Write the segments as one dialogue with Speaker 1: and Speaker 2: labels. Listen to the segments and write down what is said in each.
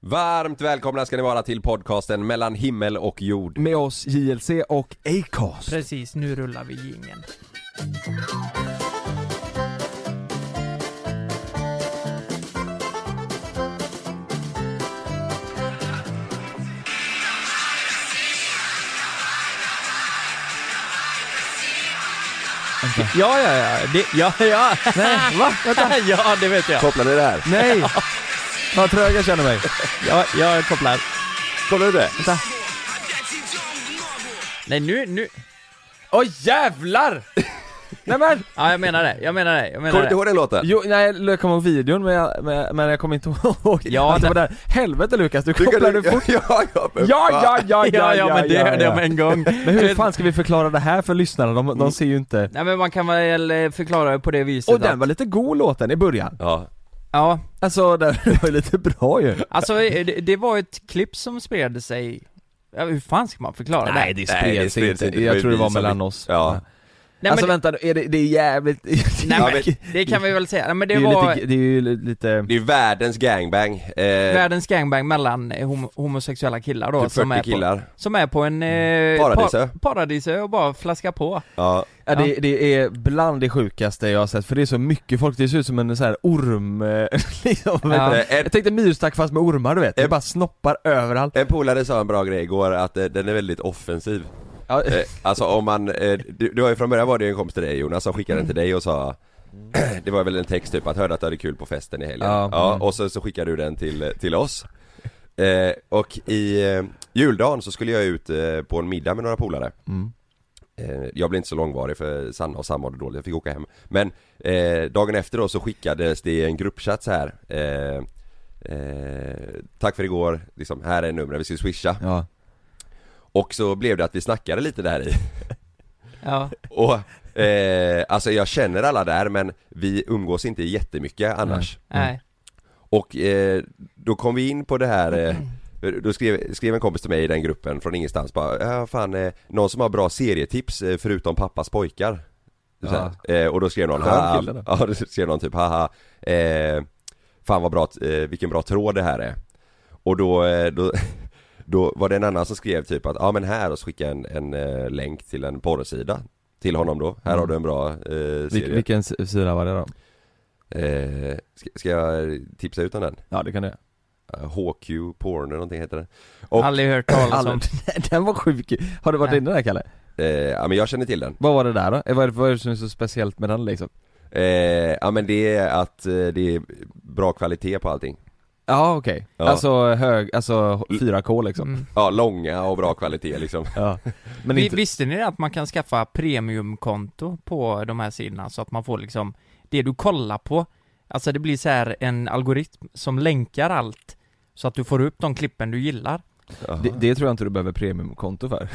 Speaker 1: Varmt välkomna ska ni vara till podcasten mellan himmel och jord.
Speaker 2: Med oss JLC och Acast.
Speaker 3: Precis, nu rullar vi jingeln. Ja, ja, ja. Det, ja, ja.
Speaker 2: Nej, va? Vänta.
Speaker 3: ja, det vet jag.
Speaker 1: Kopplar ni det här?
Speaker 2: Nej! Vad trög jag känner mig.
Speaker 3: Ja, jag kopplar.
Speaker 1: Kopplar du det?
Speaker 2: Vänta.
Speaker 3: Nej, nu, nu. Åh jävlar!
Speaker 2: Nej men!
Speaker 3: Ja, jag menar det. Jag menar det. Jag
Speaker 1: Kommer du
Speaker 3: menar
Speaker 1: inte
Speaker 3: det.
Speaker 1: ihåg den låten?
Speaker 2: Jo, nej, jag kommer ihåg videon men jag, men, men jag kommer inte ihåg
Speaker 3: Ja,
Speaker 2: att det var
Speaker 3: nej.
Speaker 2: där. Helvete Lukas, du
Speaker 1: Du kan-
Speaker 2: kopplade fort.
Speaker 1: Ja, ja, men
Speaker 2: Ja,
Speaker 1: fan.
Speaker 2: ja, ja,
Speaker 3: Ja, ja, men det hörde jag med en gång.
Speaker 2: Men hur fan ska vi förklara det här för lyssnarna? De, de ser ju inte.
Speaker 3: Nej men man kan väl eh, förklara det på det viset
Speaker 2: Och den
Speaker 3: att,
Speaker 2: var lite god låten i början.
Speaker 1: Ja,
Speaker 3: Ja,
Speaker 2: Alltså den var ju lite bra ju.
Speaker 3: alltså eh, det, det var ett klipp som spred sig Ja, hur fan ska man förklara det?
Speaker 2: det
Speaker 1: Nej, det spreds inte.
Speaker 2: Jag tror det
Speaker 1: Vi
Speaker 2: var
Speaker 1: som-
Speaker 2: mellan oss.
Speaker 1: Ja.
Speaker 3: Nej,
Speaker 2: alltså
Speaker 3: men,
Speaker 2: vänta, är det, det är jävligt...
Speaker 3: nej,
Speaker 1: Ja,
Speaker 3: men, det kan vi väl säga, Nej, men det,
Speaker 2: det, är ju
Speaker 3: var
Speaker 2: lite, det är ju lite...
Speaker 1: det är ju världens gangbang. Eh,
Speaker 3: världens gangbang mellan eh, homo homosexuella killar då
Speaker 1: typ
Speaker 3: som
Speaker 1: 40
Speaker 3: är, på,
Speaker 1: killar. Mm.
Speaker 3: som är på en... Eh,
Speaker 1: Paradisö.
Speaker 3: pa- paradisö och bara flaskar på
Speaker 1: Ja.
Speaker 2: Ja, det, det är bland det sjukaste jag har sett, för det är så mycket folk, det ser ut som en sån här orm, eh, liksom, vet
Speaker 3: Ja.
Speaker 2: du.
Speaker 1: Eh, en,
Speaker 2: Jag tänkte myrstack fast med ormar du vet, det
Speaker 1: Eh.
Speaker 2: bara snoppar överallt
Speaker 1: en polare sa en bra grej igår, att eh, den är väldigt offensiv.
Speaker 2: ja,
Speaker 1: Eh, alltså om man, eh, du, du har ju från början var det ju en kompis till dig Jonas som skickade den till dig och sa Det var väl en text typ att hörde att du hade kul på festen i helgen. Ja,
Speaker 2: Ja.
Speaker 1: och så, så skickade du den till, till oss. Eh, och i eh, juldagen så skulle jag ut eh, på en middag med några polare.
Speaker 2: Mm.
Speaker 1: Eh, jag blev inte så långvarig för Sanna och Sam mådde dåligt, jag fick åka hem. Men eh, dagen efter då så skickades det i en gruppchatt så här. Eh, eh, tack för igår, liksom, här är numren, vi ska swisha.
Speaker 2: ja.
Speaker 1: Och så blev det att vi snackade lite där i.
Speaker 3: Ja,
Speaker 1: Och, eh, alltså jag känner alla där men vi umgås inte jättemycket annars.
Speaker 3: nej,
Speaker 1: Och eh, då kom vi in på det här eh,
Speaker 2: Mm.
Speaker 1: då skrev, skrev en kompis till mig i den gruppen från ingenstans bara, ja fan, eh, någon som har bra serietips eh, förutom pappas pojkar? Så här. Eh, och då skrev någon,
Speaker 2: Skön
Speaker 1: haha,
Speaker 2: kille då.
Speaker 1: ja, då skrev någon typ, haha, eh, fan vad bra, t- eh, vilken bra tråd det här är. Och då, eh, då, då var det en annan som skrev typ att, ja men här, och så skickade jag en, en eh, länk till en porrsida till honom då, här har
Speaker 2: Mm.
Speaker 1: du en bra eh, serie.
Speaker 2: Vil, vilken s- sida var det då?
Speaker 1: Eh, ska, ska jag tipsa ut om den?
Speaker 2: Ja det kan du göra.
Speaker 1: Eh, HQ porn eller någonting heter det. Och-
Speaker 3: aldrig hört talas om.
Speaker 2: Den var sjuk Har du varit
Speaker 3: Nej.
Speaker 2: inne där Kalle?
Speaker 1: Eh, ja men jag känner till den.
Speaker 2: Vad var det där då? Eh, Vad är det, vad är det som är så speciellt med den liksom?
Speaker 1: Eh, ja men det är att eh, det är bra kvalitet på allting.
Speaker 2: Ja okej,
Speaker 1: Ja.
Speaker 2: alltså hög, alltså 4K liksom
Speaker 3: Mm.
Speaker 1: Ja, långa och bra kvalitet liksom.
Speaker 2: ja. Men
Speaker 3: Vi,
Speaker 2: inte,
Speaker 3: Visste ni att man kan skaffa premiumkonto på de här sidorna så att man får liksom det du kollar på? Alltså det blir så här en algoritm som länkar allt så att du får upp de klippen du gillar.
Speaker 1: Jaha.
Speaker 2: det, det tror jag inte du behöver premiumkonto för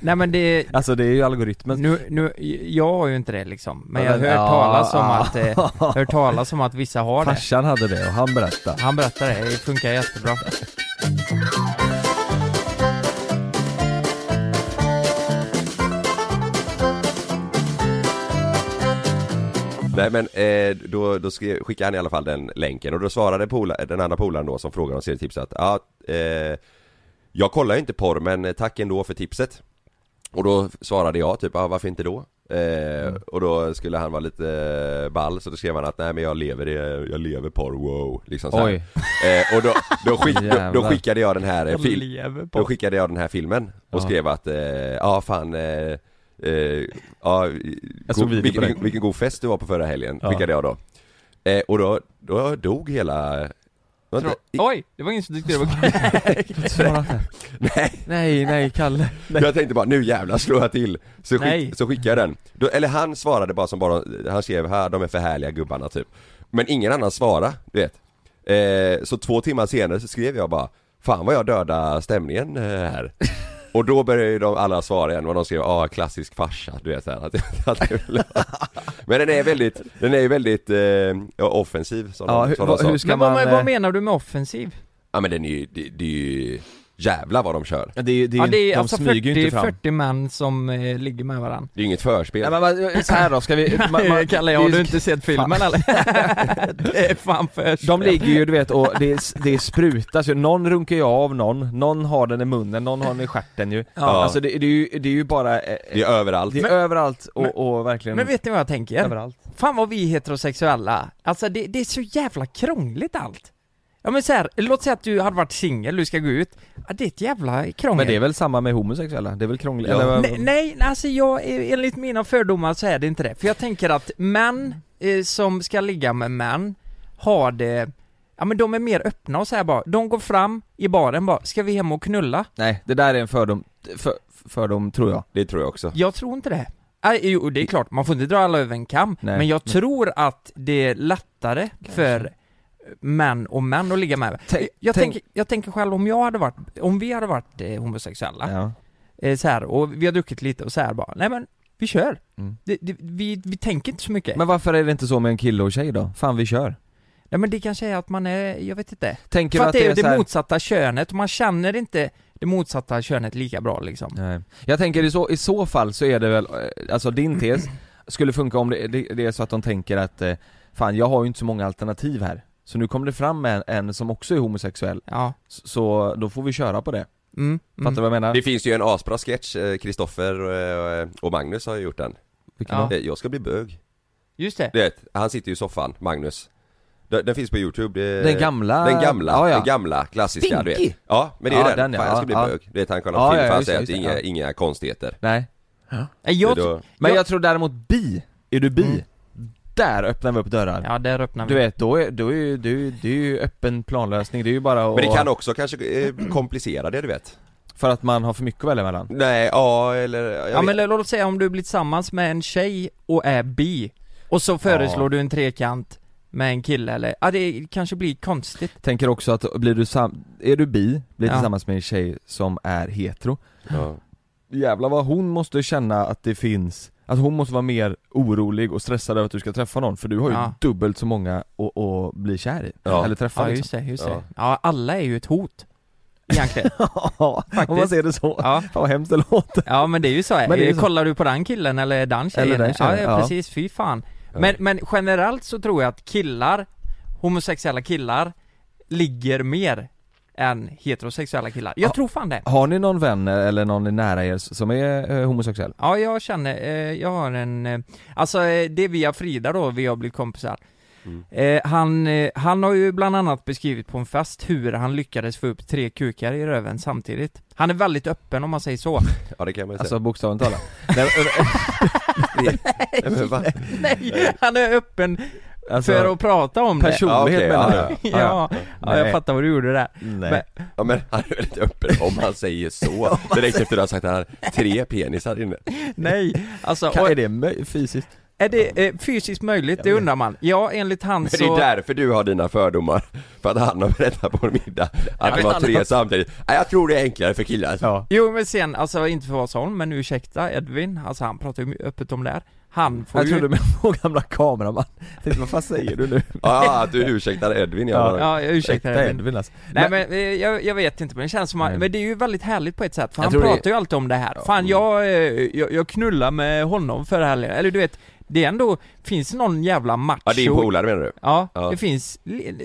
Speaker 3: Nej men det,
Speaker 2: Alltså det är ju algoritmen
Speaker 3: nu, nu, jag har ju inte det liksom, men jag har
Speaker 2: Men-
Speaker 3: hört
Speaker 2: ja,
Speaker 3: talas om
Speaker 2: ja.
Speaker 3: att, eh, hört talas om att vissa har det.
Speaker 2: Farsan hade det och han berättade
Speaker 3: Han berättar det, det funkar jättebra.
Speaker 1: Nej men eh, då, då skrev, skickade han i alla fall den länken och då svarade pola, den andra polaren då som frågade om serietips att ja, eh, jag kollar ju inte porr men tack ändå för tipset. Och då svarade jag typ, ah, varför inte då? Eh, Och då skulle han vara lite eh, ball så då skrev han att nej men jag lever, i, jag lever porr, wow. Liksom så här.
Speaker 2: Oj,
Speaker 1: Eh, och då, då, skick, då, då
Speaker 2: Jävlar.
Speaker 1: skickade jag den här eh, fil,
Speaker 3: lever
Speaker 1: då skickade jag den här filmen och
Speaker 2: Ja.
Speaker 1: skrev att, eh, ja fan, eh, eh, ja,
Speaker 2: Jag
Speaker 1: go-
Speaker 2: såg video på
Speaker 1: vilken,
Speaker 2: det.
Speaker 1: vilken, vilken god fest du var på förra helgen,
Speaker 2: Ja.
Speaker 1: skickade jag då. Eh, och då, då dog hela... Var inte, i,
Speaker 3: Oj, det var ingen som tyckte det var kul.
Speaker 2: svara inte
Speaker 1: nej,
Speaker 2: Nej, nej Kalle
Speaker 1: jag tänkte bara nu jävlar slår jag till. Så,
Speaker 3: Nej.
Speaker 1: skick, så skickade jag den. Då, eller han svarade bara som bara, han skrev här, de är för härliga gubbarna typ. Men ingen annan svarade, du vet. Eh, så två timmar senare så skrev jag bara, fan vad jag dödar stämningen eh, här. Och då började ju de alla svara igen, vad de skrev, ah klassisk farsa, du vet så här, att, att det väl- Men den är väldigt, den är ju väldigt eh, offensiv som,
Speaker 2: Ja,
Speaker 1: de,
Speaker 2: hur,
Speaker 1: som de
Speaker 2: vad-
Speaker 1: sa.
Speaker 2: hur ska
Speaker 3: Men
Speaker 2: man...
Speaker 3: vad,
Speaker 2: eh,
Speaker 3: vad menar du med offensiv?
Speaker 1: Ja men den är ju, det, det är ju Jävlar vad de kör!
Speaker 2: Ja, det, är- det, är-
Speaker 3: Ja, det är
Speaker 2: de
Speaker 3: alltså
Speaker 2: smyger ju
Speaker 3: 40,
Speaker 2: inte fram.
Speaker 3: 40 män som eh, ligger med varandra.
Speaker 1: Det är ju inget förspel
Speaker 2: Nej, men vad- så här då, ska vi... man- man-
Speaker 3: Kalle,
Speaker 2: det
Speaker 3: har
Speaker 2: är-
Speaker 3: du inte sett filmen eller? det är fan först.
Speaker 2: De ligger ju du vet och det, är- det är sprutas ju, någon runkar ju av någon, någon har den i munnen, någon har den i stjärten ju
Speaker 1: Ja.
Speaker 2: Alltså det, det, är ju, det är ju bara, eh,
Speaker 1: Det är överallt
Speaker 2: det är överallt och, och verkligen
Speaker 3: Men vet ni vad jag tänker?
Speaker 2: överallt
Speaker 3: Fan vad vi är heterosexuella. Alltså det, det är så jävla krångligt allt. Ja men så här, låt säga att du hade varit singel, du ska gå ut. Ja, det är ett jävla krångel.
Speaker 2: Men det är väl samma med homosexuella? Det är väl krångligt?
Speaker 1: Ja.
Speaker 2: Eller,
Speaker 3: Nej, nej, alltså jag, enligt mina fördomar så är det inte det. För jag tänker att män eh, som ska ligga med män har det, ja men de är mer öppna och så här bara, de går fram i baren bara, ska vi hem och knulla?
Speaker 2: nej, det där är en fördom, för, fördom tror jag
Speaker 1: Det tror jag också
Speaker 3: Jag tror inte det. Äh, jo, det är klart, man får inte dra alla över en kam,
Speaker 2: Nej.
Speaker 3: men jag
Speaker 2: Mm.
Speaker 3: tror att det är lättare för män och män att ligga med.
Speaker 2: Tänk-
Speaker 3: jag,
Speaker 2: tänk-
Speaker 3: tänker, jag tänker själv om jag hade varit, om vi hade varit eh, homosexuella,
Speaker 2: ja.
Speaker 3: eh, så här, och vi har druckit lite och så här bara, nej men vi kör.
Speaker 2: Mm.
Speaker 3: Det, det, vi, vi tänker inte så mycket.
Speaker 2: Men varför är det inte så med en kille och tjej då? Fan vi kör
Speaker 3: nej men det kanske är att man är, jag vet inte.
Speaker 2: Tänker
Speaker 3: För
Speaker 2: du
Speaker 3: att det är det
Speaker 2: så här-
Speaker 3: motsatta könet och man känner inte det motsatta könet lika bra liksom.
Speaker 2: Nej. Jag tänker i så, i så fall så är det väl, eh, alltså din tes skulle funka om det, det, det är så att de tänker att eh, fan jag har ju inte så många alternativ här. Så nu kommer det fram en, en som också är homosexuell,
Speaker 3: Ja.
Speaker 2: S- så då får vi köra på det.
Speaker 3: Mm,
Speaker 2: Fattar
Speaker 3: mm.
Speaker 2: du vad jag menar?
Speaker 1: Det finns ju en asbra sketch, eh, Kristoffer eh, och Magnus har ju gjort den
Speaker 2: Vilken
Speaker 3: Ja.
Speaker 2: då?
Speaker 1: Eh, Jag ska bli bög
Speaker 3: Just det.
Speaker 1: Du vet, han sitter ju i soffan, Magnus Den, den finns på youtube det,
Speaker 2: Den gamla?
Speaker 1: Den gamla,
Speaker 2: ja, ja.
Speaker 1: den gamla klassiska du vet
Speaker 2: Pinky.
Speaker 1: Ja men det är ju
Speaker 2: Ja,
Speaker 1: den,
Speaker 2: den, ja.
Speaker 1: fan jag ska bli
Speaker 2: Ja.
Speaker 1: bög Du vet han kollar
Speaker 2: Ja,
Speaker 1: på film
Speaker 2: ja,
Speaker 1: för han
Speaker 2: just det,
Speaker 1: säger att det är
Speaker 2: just det,
Speaker 1: inga, inga konstigheter
Speaker 2: Nej.
Speaker 3: Nej, Eh, Jag,
Speaker 1: Det är då-
Speaker 2: Men
Speaker 3: Ja.
Speaker 2: jag, tror däremot bi, är du bi,
Speaker 3: Mm.
Speaker 2: där öppnar vi upp dörrar.
Speaker 3: ja, där öppnar vi.
Speaker 2: Du vet, då är, då är, ju- det är ju- det är ju öppen planlösning, det är ju bara att,
Speaker 1: Men det kan också kanske eh, komplicera det du vet
Speaker 2: för att man har för mycket att välja mellan.
Speaker 1: Nej, ja eller... Jag
Speaker 3: Ja
Speaker 1: vet-
Speaker 3: men låt säga om du blir tillsammans med en tjej och är bi Och så föreslår
Speaker 2: Ja.
Speaker 3: du en trekant med en kille eller, ja det kanske blir konstigt
Speaker 2: Tänker också att blir du sam- är du bi, blir
Speaker 3: Ja.
Speaker 2: tillsammans med en tjej som är hetero
Speaker 1: ja.
Speaker 2: Jävlar vad hon måste känna att det finns, att hon måste vara mer orolig och stressad över att du ska träffa någon för du har ju
Speaker 3: Ja.
Speaker 2: dubbelt så många att, att bli kär i,
Speaker 1: Ja.
Speaker 2: eller träffa
Speaker 3: Ja
Speaker 2: liksom
Speaker 3: just det, just
Speaker 1: Ja.
Speaker 3: det Ja alla är ju ett hot Egentligen
Speaker 2: Ja, om man
Speaker 3: Faktiskt.
Speaker 2: ser det så.
Speaker 3: Ja,
Speaker 2: Fan vad hemskt det låter
Speaker 3: ja men det är ju så,
Speaker 2: Men det är ju så.
Speaker 3: kollar du på den killen eller den tjejen?
Speaker 2: Eller den tjejen,
Speaker 3: ja, ja
Speaker 2: ja.
Speaker 3: precis, fy fan men, men generellt så tror jag att killar, homosexuella killar, ligger mer än heterosexuella killar Jag
Speaker 2: Ja.
Speaker 3: tror fan det
Speaker 2: Har ni någon vän eller någon i nära er som är eh, homosexuell?
Speaker 3: Ja, jag känner, eh, jag har en, eh, alltså eh, det är via Frida då, vi har blivit kompisar.
Speaker 1: Mm.
Speaker 3: Eh, han, eh, han har ju bland annat beskrivit på en fest hur han lyckades få upp tre kukar i röven samtidigt. Han är väldigt öppen om man säger så.
Speaker 1: ja det kan man ju säga
Speaker 2: Alltså bokstavligt talat
Speaker 1: Nej, men va?
Speaker 3: Nej, han är öppen
Speaker 2: alltså,
Speaker 3: för att prata om det.
Speaker 2: Personlighet
Speaker 1: Ja, okej,
Speaker 2: menar
Speaker 1: ja,
Speaker 2: du?
Speaker 3: Ja, ja, jag
Speaker 2: Nej.
Speaker 3: fattar vad du gjorde där.
Speaker 2: Nej.
Speaker 1: Ja men han är väldigt öppen om han säger så Direkt efter att han sagt att han har tre penisar inne
Speaker 3: Nej, alltså,
Speaker 2: Kan,
Speaker 3: och
Speaker 2: är det möj- fysiskt?
Speaker 3: är det eh, fysiskt möjligt? Det undrar man. Ja, enligt han
Speaker 1: Men
Speaker 3: så...
Speaker 1: det är därför du har dina fördomar För att han har berättat på en middag att de
Speaker 2: men
Speaker 1: har
Speaker 2: han-
Speaker 1: tre samtidigt Nej jag tror det är enklare för killar
Speaker 2: Ja.
Speaker 3: Jo men sen, alltså inte för att vara sån, men ursäkta Edvin, alltså han pratar ju öppet om det här. Han får
Speaker 2: Jag
Speaker 3: ju...
Speaker 2: trodde med vår gamla kameraman, jag tänkte vad fan säger du nu?
Speaker 1: Ja, att du ursäktar Edvin ja.
Speaker 3: Ja, jag ursäktar
Speaker 2: Ursäkta
Speaker 3: Edvin.
Speaker 2: Edvin alltså. Men,
Speaker 3: Nej men eh, jag, jag vet inte men det känns som att,
Speaker 2: Nej.
Speaker 3: men det är ju väldigt härligt på ett sätt för
Speaker 2: Jag
Speaker 3: han
Speaker 2: tror det är-
Speaker 3: pratar ju alltid om det här. Fan jag, eh, jag, jag knullar med honom förra helgen, eller du vet, det är ändå, finns det någon jävla macho?
Speaker 1: ja din polare menar du?
Speaker 3: Ja,
Speaker 1: Ja.
Speaker 3: det finns,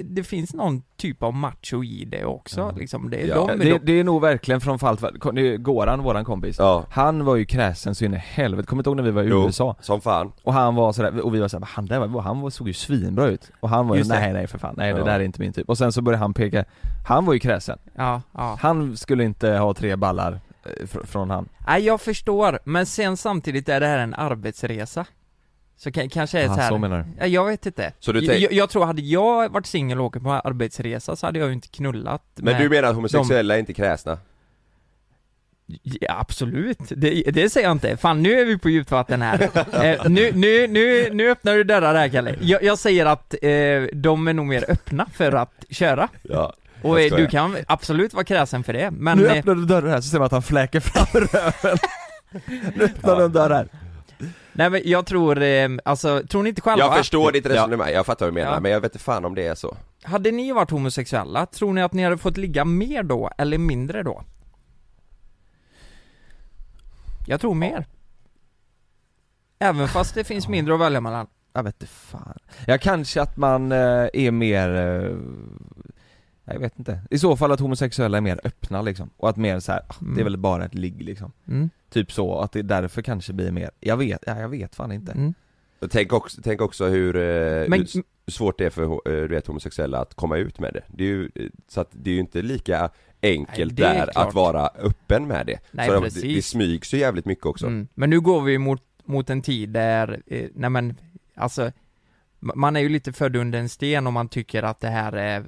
Speaker 3: det finns någon typ av macho i det också
Speaker 2: Ja.
Speaker 3: liksom, det är
Speaker 1: Ja.
Speaker 3: de,
Speaker 1: men
Speaker 2: det,
Speaker 3: de
Speaker 2: det är nog verkligen från fall till fall, Det är Goran, våran kompis
Speaker 1: Ja,
Speaker 2: Han var ju kräsen så in i helvete, kommer inte ihåg när vi var i
Speaker 1: Jo.
Speaker 2: USA?
Speaker 1: som fan
Speaker 2: Och han var sådär, och vi var såhär, han där var, han var, såg ju svinbra ut Och han var ju,
Speaker 3: Just det.
Speaker 2: nej nej för fan, nej det
Speaker 1: Ja.
Speaker 2: där är inte min typ Och sen så började han peka, han var ju kräsen
Speaker 3: ja, ja.
Speaker 2: Han skulle inte ha tre ballar eh, fr- från han
Speaker 3: Nej jag förstår, men sen samtidigt är det här en arbetsresa. Så ka- kanske är det så
Speaker 2: ah,
Speaker 3: här.
Speaker 2: Så menar du?
Speaker 3: Ja, jag vet inte.
Speaker 1: Så du
Speaker 3: jag,
Speaker 1: tänk...
Speaker 3: jag, jag tror, hade jag varit singel och åkt på arbetsresa så hade jag ju inte knullat
Speaker 1: Men
Speaker 3: med-
Speaker 1: du menar att homosexuella är inte kräsna?
Speaker 3: Ja, absolut, det, det säger jag inte. Fan nu är vi på djupt vatten här. eh, nu, nu, nu, nu öppnar du dörrar här Kalle. Jag, jag säger att eh, de är nog mer öppna för att köra.
Speaker 1: Ja
Speaker 3: Och
Speaker 1: Jag
Speaker 3: eh,
Speaker 1: skojar.
Speaker 3: du kan absolut vara kräsen för det, men...
Speaker 2: nu
Speaker 3: eh,
Speaker 2: öppnar du dörren här så ser man att han fläker fram röven Nu öppnar
Speaker 1: Ja.
Speaker 2: du en dörr här
Speaker 3: Nej men jag tror, eh, alltså, tror ni inte själva?
Speaker 1: Jag förstår ditt
Speaker 2: Ja.
Speaker 1: resonemang, jag fattar vad du menar
Speaker 3: Ja.
Speaker 1: men jag vet inte fan om det är så
Speaker 3: Hade ni varit homosexuella, tror ni att ni hade fått ligga mer då, eller mindre då? Jag tror mer Även fast det finns mindre att välja mellan
Speaker 2: Jag vet inte fan. Ja kanske att man eh, är mer, eh, jag vet inte. I så fall att homosexuella är mer öppna liksom. Och att mer så här, ah, det är
Speaker 3: Mm.
Speaker 2: väl bara ett ligg liksom.
Speaker 3: mm.
Speaker 2: Typ så, att det därför kanske blir mer, jag vet, ja, jag vet fan inte.
Speaker 3: Mm.
Speaker 1: Och Tänk också, tänk också hur, eh,
Speaker 3: Men,
Speaker 1: hur s- svårt det är för eh, du vet, homosexuella att komma ut med det. det är ju, eh, så att det är ju inte lika enkelt
Speaker 3: Nej, det är
Speaker 1: där
Speaker 3: klart.
Speaker 1: att vara öppen med det.
Speaker 3: Nej,
Speaker 1: så de-
Speaker 3: precis.
Speaker 1: det, det smygs ju jävligt mycket också.
Speaker 3: mm. men nu går vi mot, mot en tid där, eh, nej men, alltså ma- man är ju lite född under en sten om man tycker att det här är eh,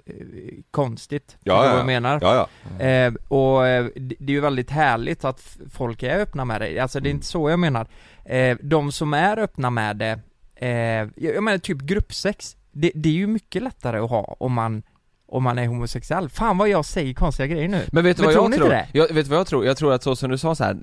Speaker 3: konstigt.
Speaker 1: Ja,
Speaker 3: Förstår
Speaker 1: ja,
Speaker 3: vad jag menar?
Speaker 1: Ja, ja.
Speaker 3: Eh, och eh, det det är ju väldigt härligt att f- folk är öppna med det, alltså det
Speaker 2: Mm.
Speaker 3: är inte så jag menar. Eh, de som är öppna med det, eh, jag- jag menar typ gruppsex, det, det är ju mycket lättare att ha om man, om man är homosexuell. Fan vad jag säger konstiga grejer nu.
Speaker 2: Men vet du
Speaker 3: Men
Speaker 2: vad
Speaker 3: tror
Speaker 2: jag
Speaker 3: ni
Speaker 2: tror?
Speaker 3: inte
Speaker 2: Jag, vet du vad jag tror? Jag tror att så som du sa så här,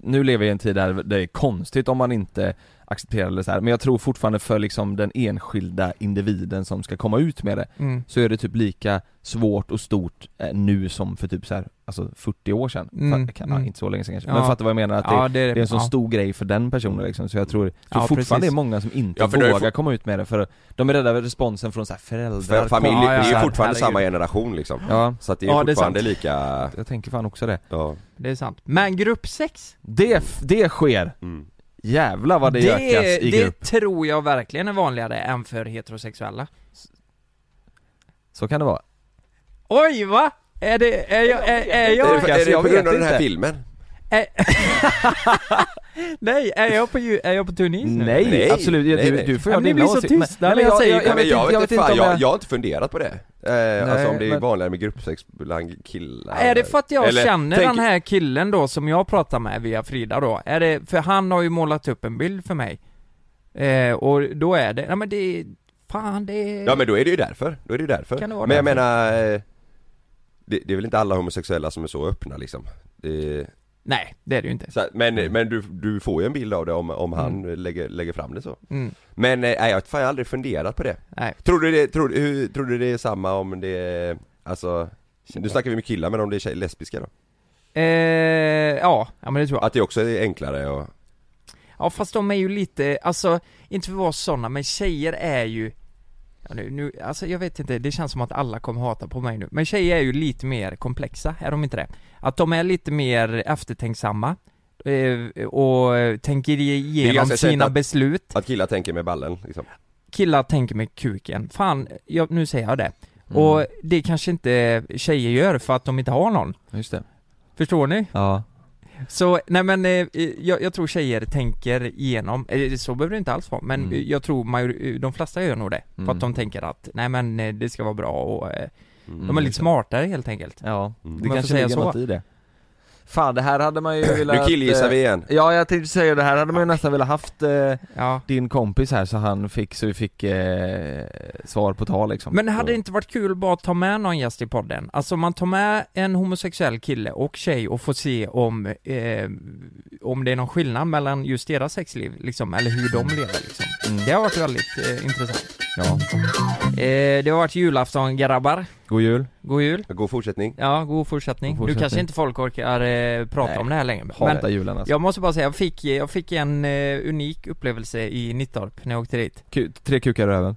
Speaker 2: nu lever vi i en tid där det är konstigt om man inte accepterar det så här. men jag tror fortfarande för liksom den enskilda individen som ska komma ut med det,
Speaker 3: Mm.
Speaker 2: så är det typ lika svårt och stort eh, nu som för typ så här, alltså 40 år sedan.
Speaker 3: Mm,
Speaker 2: Fa- kan,
Speaker 3: mm.
Speaker 2: ja, inte så länge sedan kanske,
Speaker 3: Ja.
Speaker 2: men fattar vad jag menar? Att det, det är en sån
Speaker 3: ja. Mm.
Speaker 2: stor grej för den personen liksom, så jag tror, jag tror
Speaker 3: Ja,
Speaker 2: fortfarande
Speaker 3: precis.
Speaker 2: det är många som inte
Speaker 1: Ja, för det har ju
Speaker 2: vågar komma ut med det för de är rädda över responsen från så här föräldrar,
Speaker 1: För familj,
Speaker 3: Ja, ja,
Speaker 1: det är
Speaker 3: ja.
Speaker 1: ju fortfarande
Speaker 3: Herregud.
Speaker 1: samma generation liksom.
Speaker 2: Ja,
Speaker 1: Så att det är
Speaker 3: Ja, det är
Speaker 1: fortfarande
Speaker 3: sant.
Speaker 1: lika,
Speaker 2: jag tänker fan också det.
Speaker 1: ja.
Speaker 3: Det är sant. Men gruppsex?
Speaker 2: Det, f- det sker!
Speaker 1: Mm.
Speaker 2: Jävlar vad det, gökas i
Speaker 3: det
Speaker 2: grupp.
Speaker 3: tror jag verkligen är vanligare än för heterosexuella.
Speaker 2: Så kan det vara.
Speaker 3: Oj va? Är det, är jag, är, är
Speaker 1: är
Speaker 3: jag,
Speaker 1: det, för, är
Speaker 2: alltså,
Speaker 1: det
Speaker 2: jag
Speaker 1: på
Speaker 2: vet
Speaker 1: grund av den här
Speaker 2: inte.
Speaker 1: filmen?
Speaker 3: nej, är jag på, ju- är jag på turnis nu?
Speaker 2: Nej,
Speaker 1: Nej,
Speaker 2: absolut,
Speaker 1: nej,
Speaker 2: du,
Speaker 1: nej.
Speaker 2: du får
Speaker 3: Ja,
Speaker 2: göra
Speaker 3: men ni
Speaker 2: dina
Speaker 3: blir så
Speaker 2: åsikter. Men-
Speaker 3: tysta
Speaker 2: nej,
Speaker 3: när
Speaker 2: men
Speaker 3: jag
Speaker 2: jag-
Speaker 3: säger-
Speaker 2: jag-
Speaker 1: Nej,
Speaker 2: jag
Speaker 1: men
Speaker 2: vet inte-
Speaker 1: jag,
Speaker 2: jag vet inte
Speaker 1: fan,
Speaker 2: om
Speaker 1: jag,
Speaker 2: jag...
Speaker 1: jag har inte funderat på det. Eh, alltså om det är
Speaker 2: men-
Speaker 1: vanligare med gruppsex bland killar.
Speaker 3: Är det för att jag
Speaker 1: Eller,
Speaker 3: känner
Speaker 1: tänk-
Speaker 3: den här killen då som jag pratar med via Frida då? Är det, för han har ju målat upp en bild för mig. Eh, och då är det, nej men det, fan det är...
Speaker 1: Ja men då är det ju därför, då är det ju därför.
Speaker 3: Kan det vara
Speaker 1: men jag
Speaker 3: därför?
Speaker 1: menar, eh, det, det är väl inte alla homosexuella som är så öppna liksom. Det,
Speaker 3: Nej, det är det ju inte.
Speaker 1: så, att- men
Speaker 3: Mm.
Speaker 1: men du, du får ju en bild av det om, om han lägger, lägger fram det så.
Speaker 3: Mm,
Speaker 1: Men eh, nej, jag har fan, jag har aldrig funderat på det.
Speaker 3: nej.
Speaker 1: Tror du det, tror, hur, tror du det är samma om det är, alltså, nu snackar vi med killar men om det är tjej, lesbiska då?
Speaker 3: Eh, ja, ja men det tror jag.
Speaker 1: Att det också är enklare och,
Speaker 3: Ja fast de är ju lite, alltså, inte för att vara sådana, men tjejer är ju ja, nu, nu, alltså jag vet inte, det känns som att alla kommer hata på mig nu. Men tjejer är ju lite mer komplexa, är de inte det? Att de är lite mer eftertänksamma eh, och eh, tänker igenom
Speaker 1: ganska känt
Speaker 3: sina
Speaker 1: att-
Speaker 3: beslut
Speaker 1: att killar tänker med ballen liksom.
Speaker 3: killar tänker med kuken, fan, jag, nu säger jag det.
Speaker 2: Mm,
Speaker 3: Och det kanske inte tjejer gör för att de inte har någon.
Speaker 2: just det.
Speaker 3: Förstår ni?
Speaker 2: Ja.
Speaker 3: Så, nej men, eh, jag, jag tror tjejer tänker igenom, eh, så behöver det inte alls vara, men
Speaker 2: Mm.
Speaker 3: eh, jag tror major, eh, de flesta gör nog det. För
Speaker 2: Mm.
Speaker 3: att de tänker att, nej men eh, det ska vara bra och, eh,
Speaker 1: Mm.
Speaker 3: de är
Speaker 2: Mm,
Speaker 3: lite
Speaker 2: just det.
Speaker 3: smartare helt enkelt.
Speaker 2: Ja,
Speaker 1: Mm.
Speaker 2: det
Speaker 3: Om jag får
Speaker 2: kanske
Speaker 3: säga
Speaker 2: ligger
Speaker 3: så.
Speaker 2: något i det. Fan, det här hade man ju velat...
Speaker 1: Nu killgissar
Speaker 2: eh,
Speaker 1: vi igen.
Speaker 2: Ja, jag tänkte säga det här hade man ju nästan velat haft eh,
Speaker 3: Ja.
Speaker 2: din kompis här så han fick, så vi fick eh, svar på tal liksom.
Speaker 3: Men hade det inte varit kul bara att ta med någon gäst i podden? Alltså man tar med en homosexuell kille och tjej och får se om, eh, om det är någon skillnad mellan just deras sexliv liksom, eller hur de lever liksom.
Speaker 2: Mm.
Speaker 3: Det har varit väldigt eh, intressant.
Speaker 2: Ja.
Speaker 3: Eh, det har varit julafton grabbar,
Speaker 2: God jul.
Speaker 3: god jul.
Speaker 1: God fortsättning.
Speaker 3: Ja, god fortsättning.
Speaker 2: God fortsättning.
Speaker 3: Nu kanske inte folk orkar eh, prata
Speaker 2: Nej.
Speaker 3: om det här längre. men-
Speaker 2: Hata julen alltså.
Speaker 3: jag måste bara säga, jag fick, jag fick en eh, unik upplevelse i Nittorp när jag åkte dit.
Speaker 2: Ku- tre kukar i röven.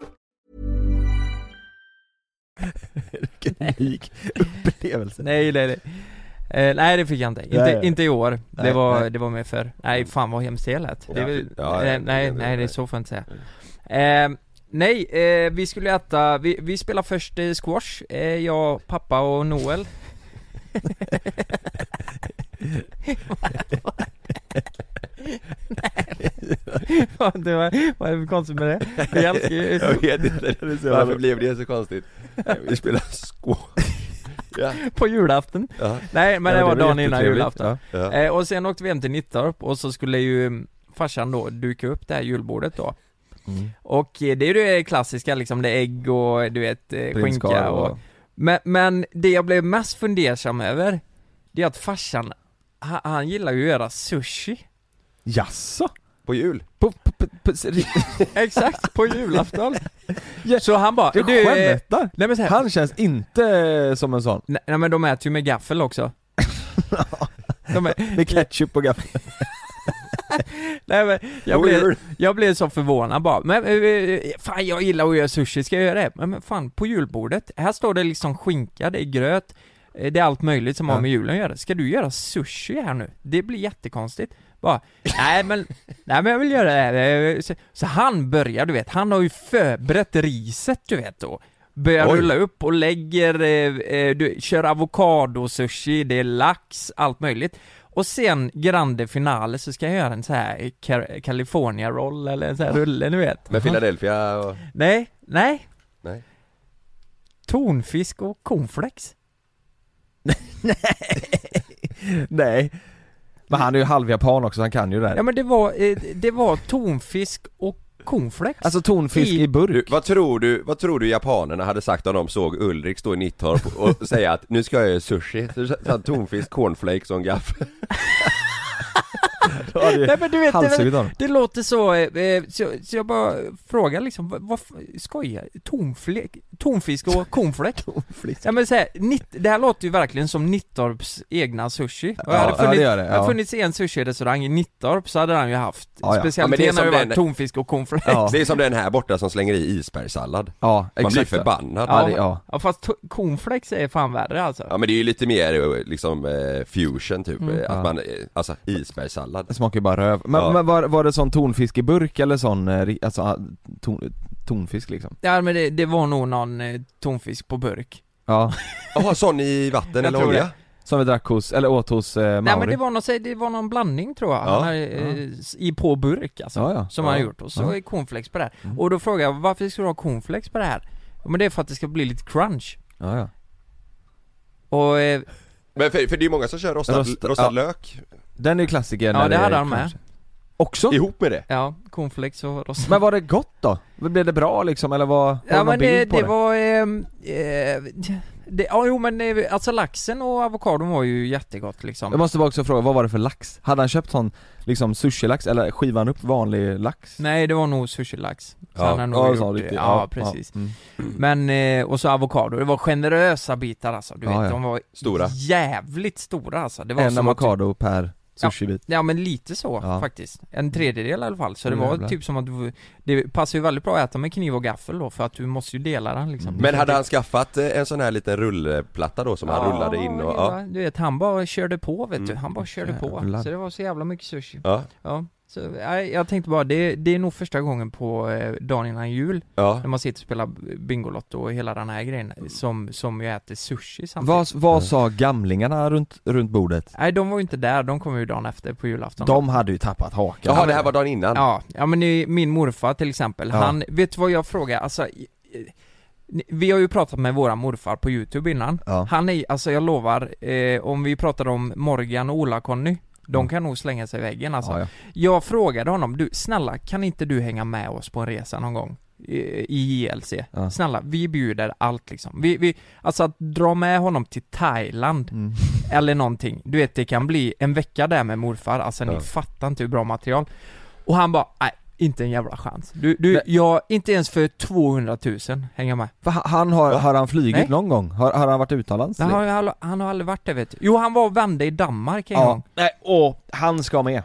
Speaker 2: Vilken unik upplevelse.
Speaker 3: Nej, nej, nej. Eh, nej det fick jag inte. Inte,
Speaker 2: Nej.
Speaker 3: inte i år. det,
Speaker 2: Nej,
Speaker 3: var,
Speaker 2: nej.
Speaker 3: det var mer förr. Nej fan vad hemskt det lät. Det är väl,
Speaker 1: Mm. Ja, ja,
Speaker 3: nej,
Speaker 1: ja. Mm.
Speaker 3: nej, nej, det är så får jag inte säga. Eh, nej, eh, vi skulle äta, vi, vi spelar först eh, squash, eh, jag, pappa och Noel. nej, Vad det var- vad är det för konstigt med det? Jag älskar ju
Speaker 1: Jag vet inte, varför blev det så konstigt? Vi spelar skål Ja,
Speaker 3: på julaften
Speaker 1: ja,
Speaker 3: Nej men det var dagen innan
Speaker 2: jättetrevligt.
Speaker 3: julafton
Speaker 2: Ja.
Speaker 1: ja.
Speaker 3: Eh, och sen åkte vi hem till Nittorp och så skulle ju mm, farsan då duka upp det här julbordet då.
Speaker 2: Mm.
Speaker 3: Och eh, det är ju det klassiska liksom, det är ägg och du vet eh,
Speaker 2: Prinskorv
Speaker 3: skinka och... Men, men det jag blev mest fundersam över, det är att farsan, han, han gillar ju att göra sushi.
Speaker 2: Jaså?
Speaker 1: På jul?
Speaker 2: På, på, på, på, ri-
Speaker 3: Exakt, på julafton.
Speaker 2: Ja,
Speaker 3: Så han bara,
Speaker 2: du
Speaker 3: du... eh,
Speaker 2: skämtar?
Speaker 3: Nej men så här,
Speaker 2: Han känns inte eh, som en sån.
Speaker 3: nej, nej men de äter ju med gaffel också. de är,
Speaker 2: Med ketchup och gaffel.
Speaker 3: nej men, jag
Speaker 1: På
Speaker 3: blev,
Speaker 1: jul.
Speaker 3: Jag blev så förvånad bara, men eh, eh, fan jag gillar att göra sushi, ska jag göra det? Men, men fan, på julbordet, här står det liksom skinka, det är gröt, eh, det är allt möjligt som har
Speaker 2: Ja.
Speaker 3: med julen att göra. Ska du göra sushi här nu? Det blir jättekonstigt. Bara, nej men, nej men jag vill göra det här. Eh, Så, så han börjar, du vet, han har ju förberett riset du vet då. Börjar
Speaker 1: Oj.
Speaker 3: rulla upp och lägger, eh, eh, du kör avokadosushi, det är lax, allt möjligt. Och sen grande finale så ska jag göra en så här Car- California roll eller en sån här rulle ni vet
Speaker 1: Med Philadelphia och...
Speaker 3: Nej, nej
Speaker 1: Nej.
Speaker 3: Tonfisk och cornflakes
Speaker 2: Nej. Men han är ju halvjapan också, han kan ju det
Speaker 3: Ja
Speaker 2: här.
Speaker 3: men det var, eh, det var tonfisk och cornflakes
Speaker 2: Alltså tonfisk i
Speaker 1: Du,
Speaker 2: burk.
Speaker 1: vad tror du, vad tror du japanerna hade sagt om de såg Ulrik stå i Nittorp och säga att nu ska jag göra sushi? Så satt tonfisk, cornflakes och en gaffel
Speaker 2: Ja, det-
Speaker 3: Nej men du vet, det,
Speaker 2: Halshugget honom.
Speaker 3: det låter så, eh, eh, så, så jag bara frågar liksom, vad, vad skojar, tonfläk, tonfisk och cornflakes? Ja men så här, nitt, det här låter ju verkligen som Nittorps egna sushi Och
Speaker 2: Ja,
Speaker 3: hade
Speaker 2: ja,
Speaker 3: funnits-
Speaker 2: det gör det,
Speaker 3: hade
Speaker 2: ja.
Speaker 3: funnits en sushi-restaurang i Nittorp så hade han ju haft
Speaker 2: Ja, ja.
Speaker 3: Specialiteten
Speaker 1: Ja, men det är
Speaker 3: har
Speaker 1: som
Speaker 3: ju varit
Speaker 1: den-
Speaker 3: tonfisk och cornflakes
Speaker 2: Ja.
Speaker 1: Det är som den här borta som slänger i isbergssallad
Speaker 2: Ja,
Speaker 1: Man
Speaker 2: exakt.
Speaker 1: blir förbannad
Speaker 2: Ja,
Speaker 1: ja.
Speaker 2: det, ja.
Speaker 3: Ja fast to- cornflakes är fan värre alltså
Speaker 1: men det är ju lite mer eh, liksom eh, fusion typ, eh,
Speaker 2: Mm. Ja.
Speaker 1: att man, eh, alltså isbergssallad
Speaker 2: Det smakar ju bara röv. Men,
Speaker 1: Ja.
Speaker 2: men var, var det sån tonfisk i burk eller sån, eh, ri- alltså ah, ton, tonfisk liksom?
Speaker 3: Ja men det, det var nog någon eh, tonfisk på burk
Speaker 2: Ja,
Speaker 1: Jaha, sån i vatten
Speaker 3: Jag
Speaker 1: eller
Speaker 3: tror
Speaker 1: olja?
Speaker 3: det.
Speaker 2: som vi drack hos, eller åt hos eh, Mauri.
Speaker 3: Nej men det var, någon, så- det var någon blandning tror jag,
Speaker 1: Ja.
Speaker 3: han hade, eh, s- i på burk alltså,
Speaker 2: Ja, ja.
Speaker 3: som
Speaker 2: Ja.
Speaker 3: han har gjort och så
Speaker 2: Ja. Mm.
Speaker 3: är cornflakes på det här Och då frågade jag, varför ska du ha cornflakes på det här? Ja, men det är för att det ska bli lite crunch
Speaker 2: Ja, ja.
Speaker 3: Och eh,
Speaker 1: Men för, för det är många som kör rostad,
Speaker 2: Rost-
Speaker 1: rostad
Speaker 2: ja.
Speaker 1: lök
Speaker 2: Den är ju klassiker
Speaker 3: Ja,
Speaker 2: när
Speaker 3: det hade
Speaker 2: är
Speaker 3: han med.
Speaker 2: Också?
Speaker 1: ihop med det
Speaker 3: Ja, cornflakes och rostad
Speaker 2: Men var det gott då? Blev det bra liksom eller var, var
Speaker 3: Ja
Speaker 2: någon
Speaker 3: men det,
Speaker 2: bild på
Speaker 3: det var... ehm, Eh, det, ja jo men eh, alltså laxen och avokadon var ju jättegott liksom
Speaker 2: Jag måste bara också fråga, vad var det för lax? Hade han köpt sån, liksom sushilax eller skivan upp vanlig lax?
Speaker 3: Nej det var nog sushilax Så
Speaker 1: Ja,
Speaker 3: han hade nog
Speaker 2: Ja,
Speaker 3: gjort
Speaker 2: sån
Speaker 3: det.
Speaker 2: riktig.
Speaker 3: ja, precis
Speaker 2: ja. Mm.
Speaker 3: Men, eh, och så avokado, det var generösa bitar alltså, du
Speaker 2: Ja,
Speaker 3: vet
Speaker 2: ja.
Speaker 3: de var
Speaker 1: Stora.
Speaker 3: jävligt stora alltså Det var
Speaker 2: En
Speaker 3: som att-
Speaker 2: avokado per sushibit
Speaker 3: Ja men lite så
Speaker 2: Ja.
Speaker 3: faktiskt, en tredjedel i alla fall, så det
Speaker 2: Åh,
Speaker 3: var
Speaker 2: jävlar.
Speaker 3: typ som att du, det passar ju väldigt bra att äta med kniv och gaffel då för att du måste ju dela den liksom
Speaker 2: Mm.
Speaker 1: Men hade han skaffat eh, en sån här liten rullplatta då som han rullade in och, ja, Mm.
Speaker 3: ja. Du vet, han bara körde på vet du, han bara körde
Speaker 2: Jävlar.
Speaker 3: på Så det var så jävla mycket sushi
Speaker 1: ja,
Speaker 3: Ja, så nej, jag tänkte bara, det, det är nog första gången på eh, dagen innan jul
Speaker 1: ja
Speaker 3: När man sitter och spelar Bingolotto och hela den här grejen
Speaker 1: Mm.
Speaker 3: som, som ju äter sushi samtidigt
Speaker 2: Vad, vad sa gamlingarna runt, runt bordet?
Speaker 3: Nej de var ju inte där, de kom ju dagen efter på julafton
Speaker 2: De hade ju tappat hakan
Speaker 1: Jaha, det här var dagen innan?
Speaker 3: Ja, ja men ni- min morfar till exempel,
Speaker 2: Ja.
Speaker 3: han, vet du vad jag frågar? Alltså, i- i- ni- vi har ju pratat med våra morfar på youtube innan
Speaker 2: Ja.
Speaker 3: Han är, alltså jag lovar, eh, om vi pratar om Morgan och Ola-Conny
Speaker 2: Mm.
Speaker 3: de kan nog slänga sig i väggen alltså.
Speaker 2: Ja, ja.
Speaker 3: Jag frågade honom, du snälla kan inte du hänga med oss på en resa någon gång? I- I JLC.
Speaker 2: Ja.
Speaker 3: Snälla, vi bjuder allt liksom. Vi, vi, alltså att dra med honom till Thailand
Speaker 2: Mm.
Speaker 3: eller någonting. Du vet det kan bli en vecka där med morfar, alltså ni fattar inte hur bra material. Och han bara, nej inte en jävla chans. Du, du,
Speaker 2: Nej.
Speaker 3: jag, inte ens för 200 000 hänger med.
Speaker 2: Va, Han har, har han flugit
Speaker 3: Nej.
Speaker 2: någon gång? Har, har han varit utomlands?
Speaker 3: Han har, ju aldrig- han har aldrig varit där vet du. Jo han var och vände i Danmark en gång.
Speaker 2: ja. Nej, åh, han ska med.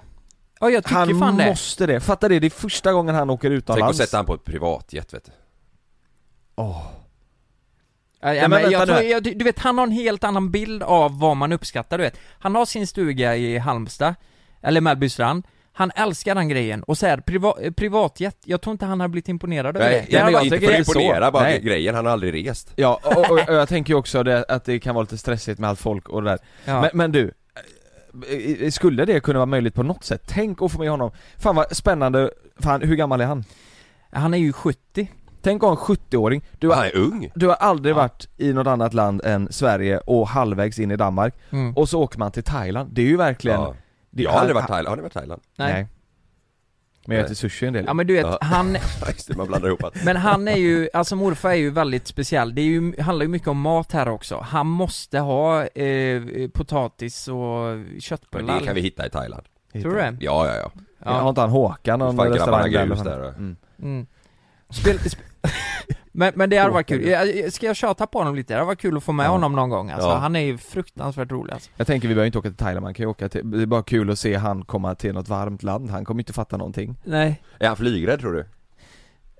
Speaker 3: Ja jag tycker
Speaker 2: Han
Speaker 3: fan det.
Speaker 2: måste det. Fatta det, det är första gången han åker
Speaker 1: Tänk att
Speaker 2: utomlands.
Speaker 1: sätta han på ett privatjet vet du
Speaker 3: Ja,
Speaker 2: men
Speaker 3: men men
Speaker 2: vänta
Speaker 3: jag
Speaker 2: nu
Speaker 3: tror,
Speaker 2: här.
Speaker 3: jag, du vet, han har en helt annan bild av vad man uppskattar, du vet. Han har sin stuga i Halmstad, eller Mellbystrand. Han älskar den grejen. Och så här, priva, eh, privatjet, jag tror inte han har blivit imponerad över
Speaker 1: Nej,
Speaker 3: det.
Speaker 2: Ja, men
Speaker 1: jag
Speaker 2: jag
Speaker 1: inte
Speaker 2: tycker
Speaker 1: för
Speaker 2: det är
Speaker 1: att imponera
Speaker 2: så.
Speaker 1: bara
Speaker 2: Nej.
Speaker 1: grejen, han har aldrig rest
Speaker 2: Ja, och, och, och jag tänker ju också det, att det kan vara lite stressigt med allt folk och det där.
Speaker 3: Ja.
Speaker 2: Men, men du, i- i- skulle det kunna vara möjligt på något sätt? Tänk att få med honom. Fan vad spännande. Fan, hur gammal är han?
Speaker 3: Han är ju 70.
Speaker 2: Tänk att ha en 70-åring. Du
Speaker 1: Han
Speaker 2: har,
Speaker 1: är ung!
Speaker 2: du har aldrig
Speaker 3: Ja.
Speaker 2: varit i något annat land än Sverige och halvvägs in i Danmark.
Speaker 3: Mm.
Speaker 2: Och så åker man till Thailand. Det är ju verkligen...
Speaker 1: Ja.
Speaker 2: det-
Speaker 1: Jag har aldrig
Speaker 2: han-
Speaker 1: varit i Thailand, har ni varit i Thailand?
Speaker 3: Nej.
Speaker 2: Nej. Men jag äter sushi en del.
Speaker 3: Ja men du vet,
Speaker 1: Ja.
Speaker 3: han,
Speaker 1: Ja, Just det, man blandar ihop att...
Speaker 3: men han är ju, alltså morfar är ju väldigt speciell. Det är ju, handlar ju mycket om mat här också. Han måste ha eh, potatis och
Speaker 1: Men
Speaker 3: köttbullar.
Speaker 1: det kan vi hitta i Thailand.
Speaker 3: Tror du det?
Speaker 1: Ja, ja, ja.
Speaker 2: Ja. Har inte han Håkan
Speaker 1: Fan,
Speaker 2: någon
Speaker 1: grabbarna
Speaker 2: restaurang där?
Speaker 1: grus
Speaker 2: eller
Speaker 1: där.
Speaker 2: vad fan? Mm.
Speaker 3: Mm. Spel, sp men, men det hade varit kul. Jag- Ska jag tjata på honom lite? Det hade varit kul att få med
Speaker 2: Ja.
Speaker 3: honom någon gång alltså.
Speaker 1: Ja.
Speaker 3: Han är ju fruktansvärt rolig alltså.
Speaker 2: Jag tänker vi behöver inte åka till Thailand, man kan ju åka till, det är bara kul att se han komma till något varmt land, han kommer inte fatta någonting.
Speaker 3: Nej.
Speaker 1: Är han flygrädd tror du?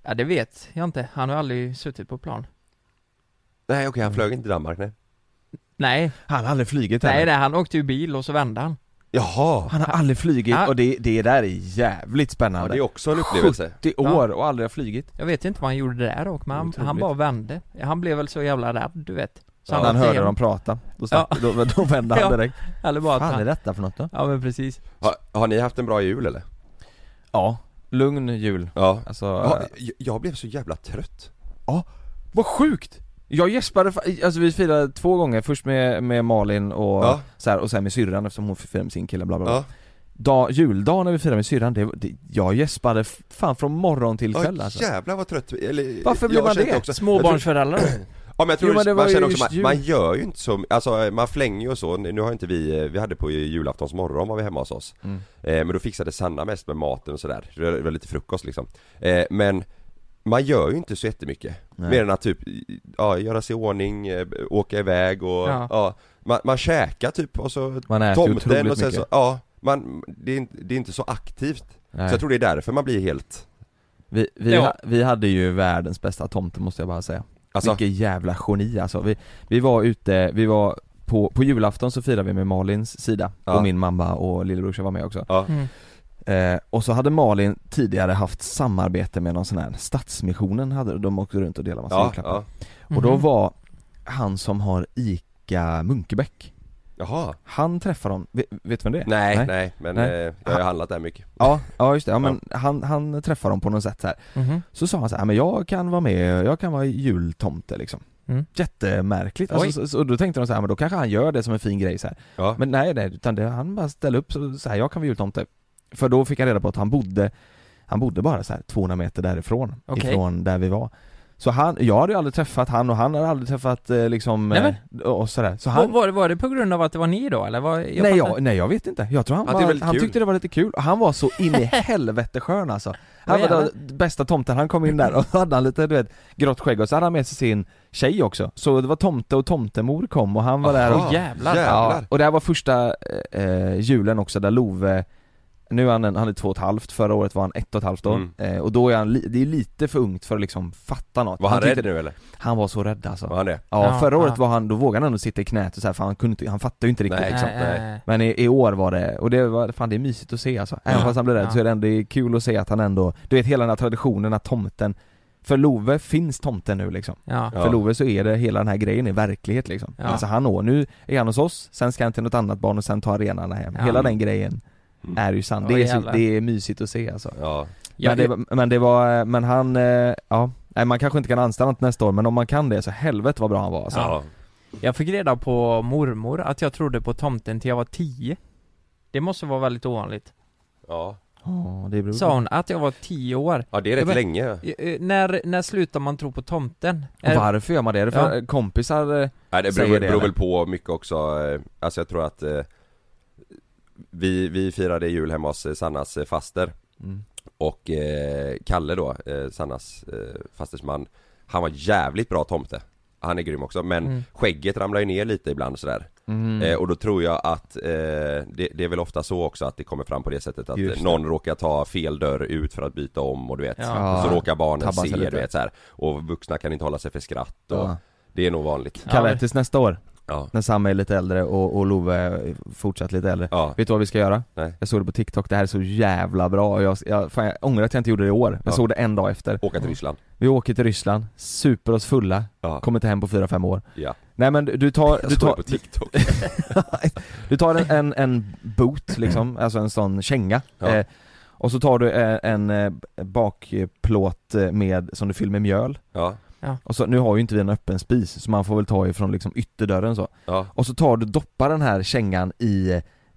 Speaker 3: Ja det vet jag inte. Han har aldrig suttit på plan.
Speaker 1: Nej okej, han flög inte till Danmark nej.
Speaker 3: Nej,
Speaker 2: Han har aldrig flugit
Speaker 3: nej,
Speaker 2: heller.
Speaker 3: nej han åkte ju bil och så vände han.
Speaker 1: Jaha!
Speaker 2: Han har aldrig flugit
Speaker 3: Ah.
Speaker 2: och det, det där är jävligt
Speaker 1: Ja,
Speaker 2: spännande.
Speaker 1: det är också en upplevelse.
Speaker 2: 70 år och aldrig har flugit.
Speaker 3: Jag vet inte vad han gjorde där och men han,
Speaker 2: Otroligt.
Speaker 3: han bara vände. Han blev väl så jävla rädd, du vet. Så
Speaker 2: Ja,
Speaker 3: bara
Speaker 2: han hörde
Speaker 3: sten-
Speaker 2: dem prata, då, stack,
Speaker 3: Ja.
Speaker 2: då, då vände han
Speaker 3: Ja.
Speaker 2: direkt.
Speaker 3: Eller bara att
Speaker 2: fan är
Speaker 3: han...
Speaker 2: detta för något då?
Speaker 3: Ja men precis.
Speaker 1: Har, har ni haft en bra jul eller?
Speaker 2: Ja, lugn jul.
Speaker 1: Ja.
Speaker 2: Alltså,
Speaker 1: ja jag, jag blev så jävla trött.
Speaker 2: vad sjukt! Jag gäspade, fa- alltså vi firade två gånger, först med, med Malin och,
Speaker 1: Ja.
Speaker 2: så här, och sen med syrran eftersom hon firade med sin kille bla bla bla.
Speaker 1: Ja.
Speaker 2: dag, juldagen när vi firade med syrran, det, det, jag gäspade f- fan från morgon till kväll
Speaker 1: Ja,
Speaker 2: alltså.
Speaker 1: jävlar vad trött eller,
Speaker 2: Varför blir
Speaker 1: jag
Speaker 2: man
Speaker 1: kände
Speaker 2: det?
Speaker 1: Också, jag tror,
Speaker 3: Småbarnsföräldrar.
Speaker 1: ja, men jag tror
Speaker 2: Jo, men det var
Speaker 1: man
Speaker 2: ju
Speaker 1: känner också,
Speaker 2: just
Speaker 1: man,
Speaker 2: jul.
Speaker 1: man gör ju inte så, alltså man slänger ju och så, nu har inte vi, eh, vi hade på julaftons morgon var vi hemma hos oss
Speaker 2: Mm.
Speaker 1: eh, Men då fixade Sanna mest med maten och sådär, det var- det var lite frukost liksom eh, Men man gör ju inte så jättemycket
Speaker 2: Nej.
Speaker 1: Mer än att typ, ja, göra sig i ordning, eh, åka iväg och,
Speaker 3: Ja.
Speaker 1: ja, man, man käkar typ och så
Speaker 2: Man äter ju
Speaker 1: tomten
Speaker 2: otroligt
Speaker 1: och sen
Speaker 2: mycket.
Speaker 1: så, ja, man, det är, inte, det är inte så aktivt
Speaker 2: Nej.
Speaker 1: Så jag tror det är därför man blir helt,
Speaker 2: vi, vi,
Speaker 3: Ja.
Speaker 2: ha, vi hade ju världens bästa tomte måste jag bara säga.
Speaker 1: alltså,
Speaker 2: Vilket jävla geni alltså. Vi, vi var ute, vi var på, på julafton så firade vi med Malins sida
Speaker 1: Ja.
Speaker 2: och min mamma och lillebrorsa var med också.
Speaker 1: ja,
Speaker 3: Mm.
Speaker 2: Eh, och så hade Malin tidigare haft samarbete med någon sån här, Stadsmissionen hade de åkte runt och delade massa
Speaker 1: ja,
Speaker 2: julklappar.
Speaker 1: ja,
Speaker 2: Och då
Speaker 3: Mhm.
Speaker 2: var han som har ICA Munkebäck,
Speaker 1: jaha
Speaker 2: han träffade dem, vet, vet du vem det är?
Speaker 1: Nej, nej, men
Speaker 2: Nej.
Speaker 1: Eh, jag har ju handlat där mycket
Speaker 2: Ja, ja just det. Ja, men Han, han träffade dem på något sätt så här.
Speaker 3: Mhm.
Speaker 2: Så sa han så här, "Ja, men jag kan vara med, jag kan vara jultomte liksom
Speaker 3: Mm.
Speaker 2: Jättemärkligt, alltså,
Speaker 3: Oj.
Speaker 2: så, så, och då tänkte de så här, men då kanske han gör det som en fin grej så här.
Speaker 1: Ja,
Speaker 2: Men nej nej, utan det, han bara ställde upp så, så här, jag kan vara jultomte För då fick jag reda på att han bodde, han bodde bara så här 200 meter därifrån,
Speaker 3: Okej.
Speaker 2: ifrån där vi var Så han, jag hade ju aldrig träffat han och han hade aldrig träffat eh, liksom,
Speaker 3: Nej,
Speaker 2: eh, oss sådär Så
Speaker 3: Var,
Speaker 2: han,
Speaker 3: var, det- var det på grund av att det var ni då eller? Var, jag
Speaker 2: nej,
Speaker 3: fattar-
Speaker 2: jag, nej jag vet inte, jag tror han,
Speaker 1: Han tyckte det var
Speaker 2: han,
Speaker 1: lite
Speaker 2: han
Speaker 1: kul.
Speaker 2: tyckte det var lite kul, och han var så in i helvete skön alltså Han
Speaker 3: Vad
Speaker 2: var den bästa tomten, han kom in där och hade han lite du vet, grått skägg och så hade han med sig sin tjej också Så det var tomte och tomtemor kom och han var där
Speaker 1: Aha,
Speaker 2: och
Speaker 3: jävlar.
Speaker 2: ja,
Speaker 1: jävlar.
Speaker 2: Och det här var första eh, julen också där Love Nu är han, en- han är två och ett halvt, förra året var han ett och ett halvt då
Speaker 1: Mm.
Speaker 2: eh, Och då är han, li, det är lite för ungt för att liksom fatta något
Speaker 1: Var han,
Speaker 2: tyckte-
Speaker 1: rädd nu eller?
Speaker 2: Han var så rädd alltså
Speaker 1: Var han det?
Speaker 2: Ja,
Speaker 3: Ja,
Speaker 2: förra året
Speaker 3: ja.
Speaker 2: var han, då vågade han ändå sitta i knät och så här, för han kunde inte, han fattade ju inte riktigt
Speaker 1: Nej,
Speaker 2: liksom.
Speaker 1: exakt, nej.
Speaker 3: nej.
Speaker 2: Men i, i år var det, och det var, fan det är mysigt att se alltså. Även
Speaker 3: Ja,
Speaker 2: fast han blir rädd
Speaker 3: ja.
Speaker 2: så är det ändå det är kul att se att han ändå, du vet hela den här traditionen att tomten, för Love finns tomten nu liksom.
Speaker 3: Ja.
Speaker 1: Ja.
Speaker 2: För Love så är det hela den här grejen i verklighet liksom.
Speaker 3: Ja.
Speaker 2: Alltså han år, nu är han hos oss, sen ska han till något annat barn och sen tar renarna hem.
Speaker 3: Ja. Mm.
Speaker 2: Hela den grejen är ju sann.
Speaker 3: Ja,
Speaker 2: Det är, så,
Speaker 3: jävlar.
Speaker 2: det är mysigt att se alltså.
Speaker 1: Ja,
Speaker 3: Jag,
Speaker 2: men, det, var- men det var, men han, eh, ja, nej man kanske inte kan anställa något nästa år men om man kan det så helvete vad bra han var alltså.
Speaker 1: ja.
Speaker 3: jag fick reda på mormor att jag trodde på tomten till jag var 10 Det måste vara väldigt ovanligt.
Speaker 1: ja.
Speaker 2: Åh, det beror på.
Speaker 3: Sa hon att jag var 10 år?
Speaker 1: ja det är rätt
Speaker 3: Men-
Speaker 1: länge
Speaker 3: Eh, eh, När, när slutar man tro på tomten?
Speaker 2: Och
Speaker 3: Är-
Speaker 2: Varför gör man det? Är det för
Speaker 3: Ja.
Speaker 2: kompisar? eh,
Speaker 1: Nej det beror,
Speaker 2: Säger det,
Speaker 1: beror väl
Speaker 2: eller?
Speaker 1: på mycket också, eh, alltså jag tror att eh, vi, vi firade jul hemma hos eh, Sannas eh, faster
Speaker 2: Mm.
Speaker 1: och eh, Kalle då, eh, Sannas eh, fasters man Han var jävligt bra tomte Han är grym också men
Speaker 3: Mm.
Speaker 1: skägget ramlar ju ner lite ibland sådär
Speaker 2: Mm.
Speaker 1: eh, Och då tror jag att eh, det, det är väl ofta så också att det kommer fram på det sättet att
Speaker 2: Just
Speaker 1: eh,
Speaker 2: det.
Speaker 1: någon råkar ta fel dörr ut för att byta om och du vet
Speaker 3: Ja.
Speaker 1: Och så råkar barnen
Speaker 2: Tabbar sig
Speaker 1: se
Speaker 2: lite.
Speaker 1: du vet så här. Och vuxna kan inte hålla sig för skratt och
Speaker 2: Ja.
Speaker 1: Det är nog vanligt
Speaker 2: Kalle
Speaker 3: Ja, men-
Speaker 2: tills nästa år.
Speaker 1: Ja,
Speaker 2: När Sam är lite äldre och, och Love är fortsatt lite äldre
Speaker 1: ja,
Speaker 2: Vet du vad vi ska göra?
Speaker 1: Nej.
Speaker 2: Jag såg det på TikTok, det här är så jävla bra och jag, jag, fan, jag ångrar att jag inte gjorde det i år, jag
Speaker 1: Ja.
Speaker 2: såg det en dag efter
Speaker 1: åka till Ryssland
Speaker 2: Vi åker till Ryssland, super oss fulla,
Speaker 1: Ja,
Speaker 2: kommer inte hem på 4-5 år
Speaker 1: ja.
Speaker 2: Nej men du tar,
Speaker 1: Jag såg
Speaker 2: du
Speaker 1: det
Speaker 2: tar,
Speaker 1: på TikTok
Speaker 2: du tar en, en, en boot liksom, alltså en sån känga
Speaker 1: Mm. Ja.
Speaker 2: eh, Och så tar du eh, en eh, bakplåt eh, med, som du fyller med mjöl
Speaker 1: Ja,
Speaker 2: och så, nu har ju inte vi en öppen spis, så man får väl ta ifrån liksom ytterdörren så
Speaker 1: ja,
Speaker 2: Och så tar du, doppar den här kängan i,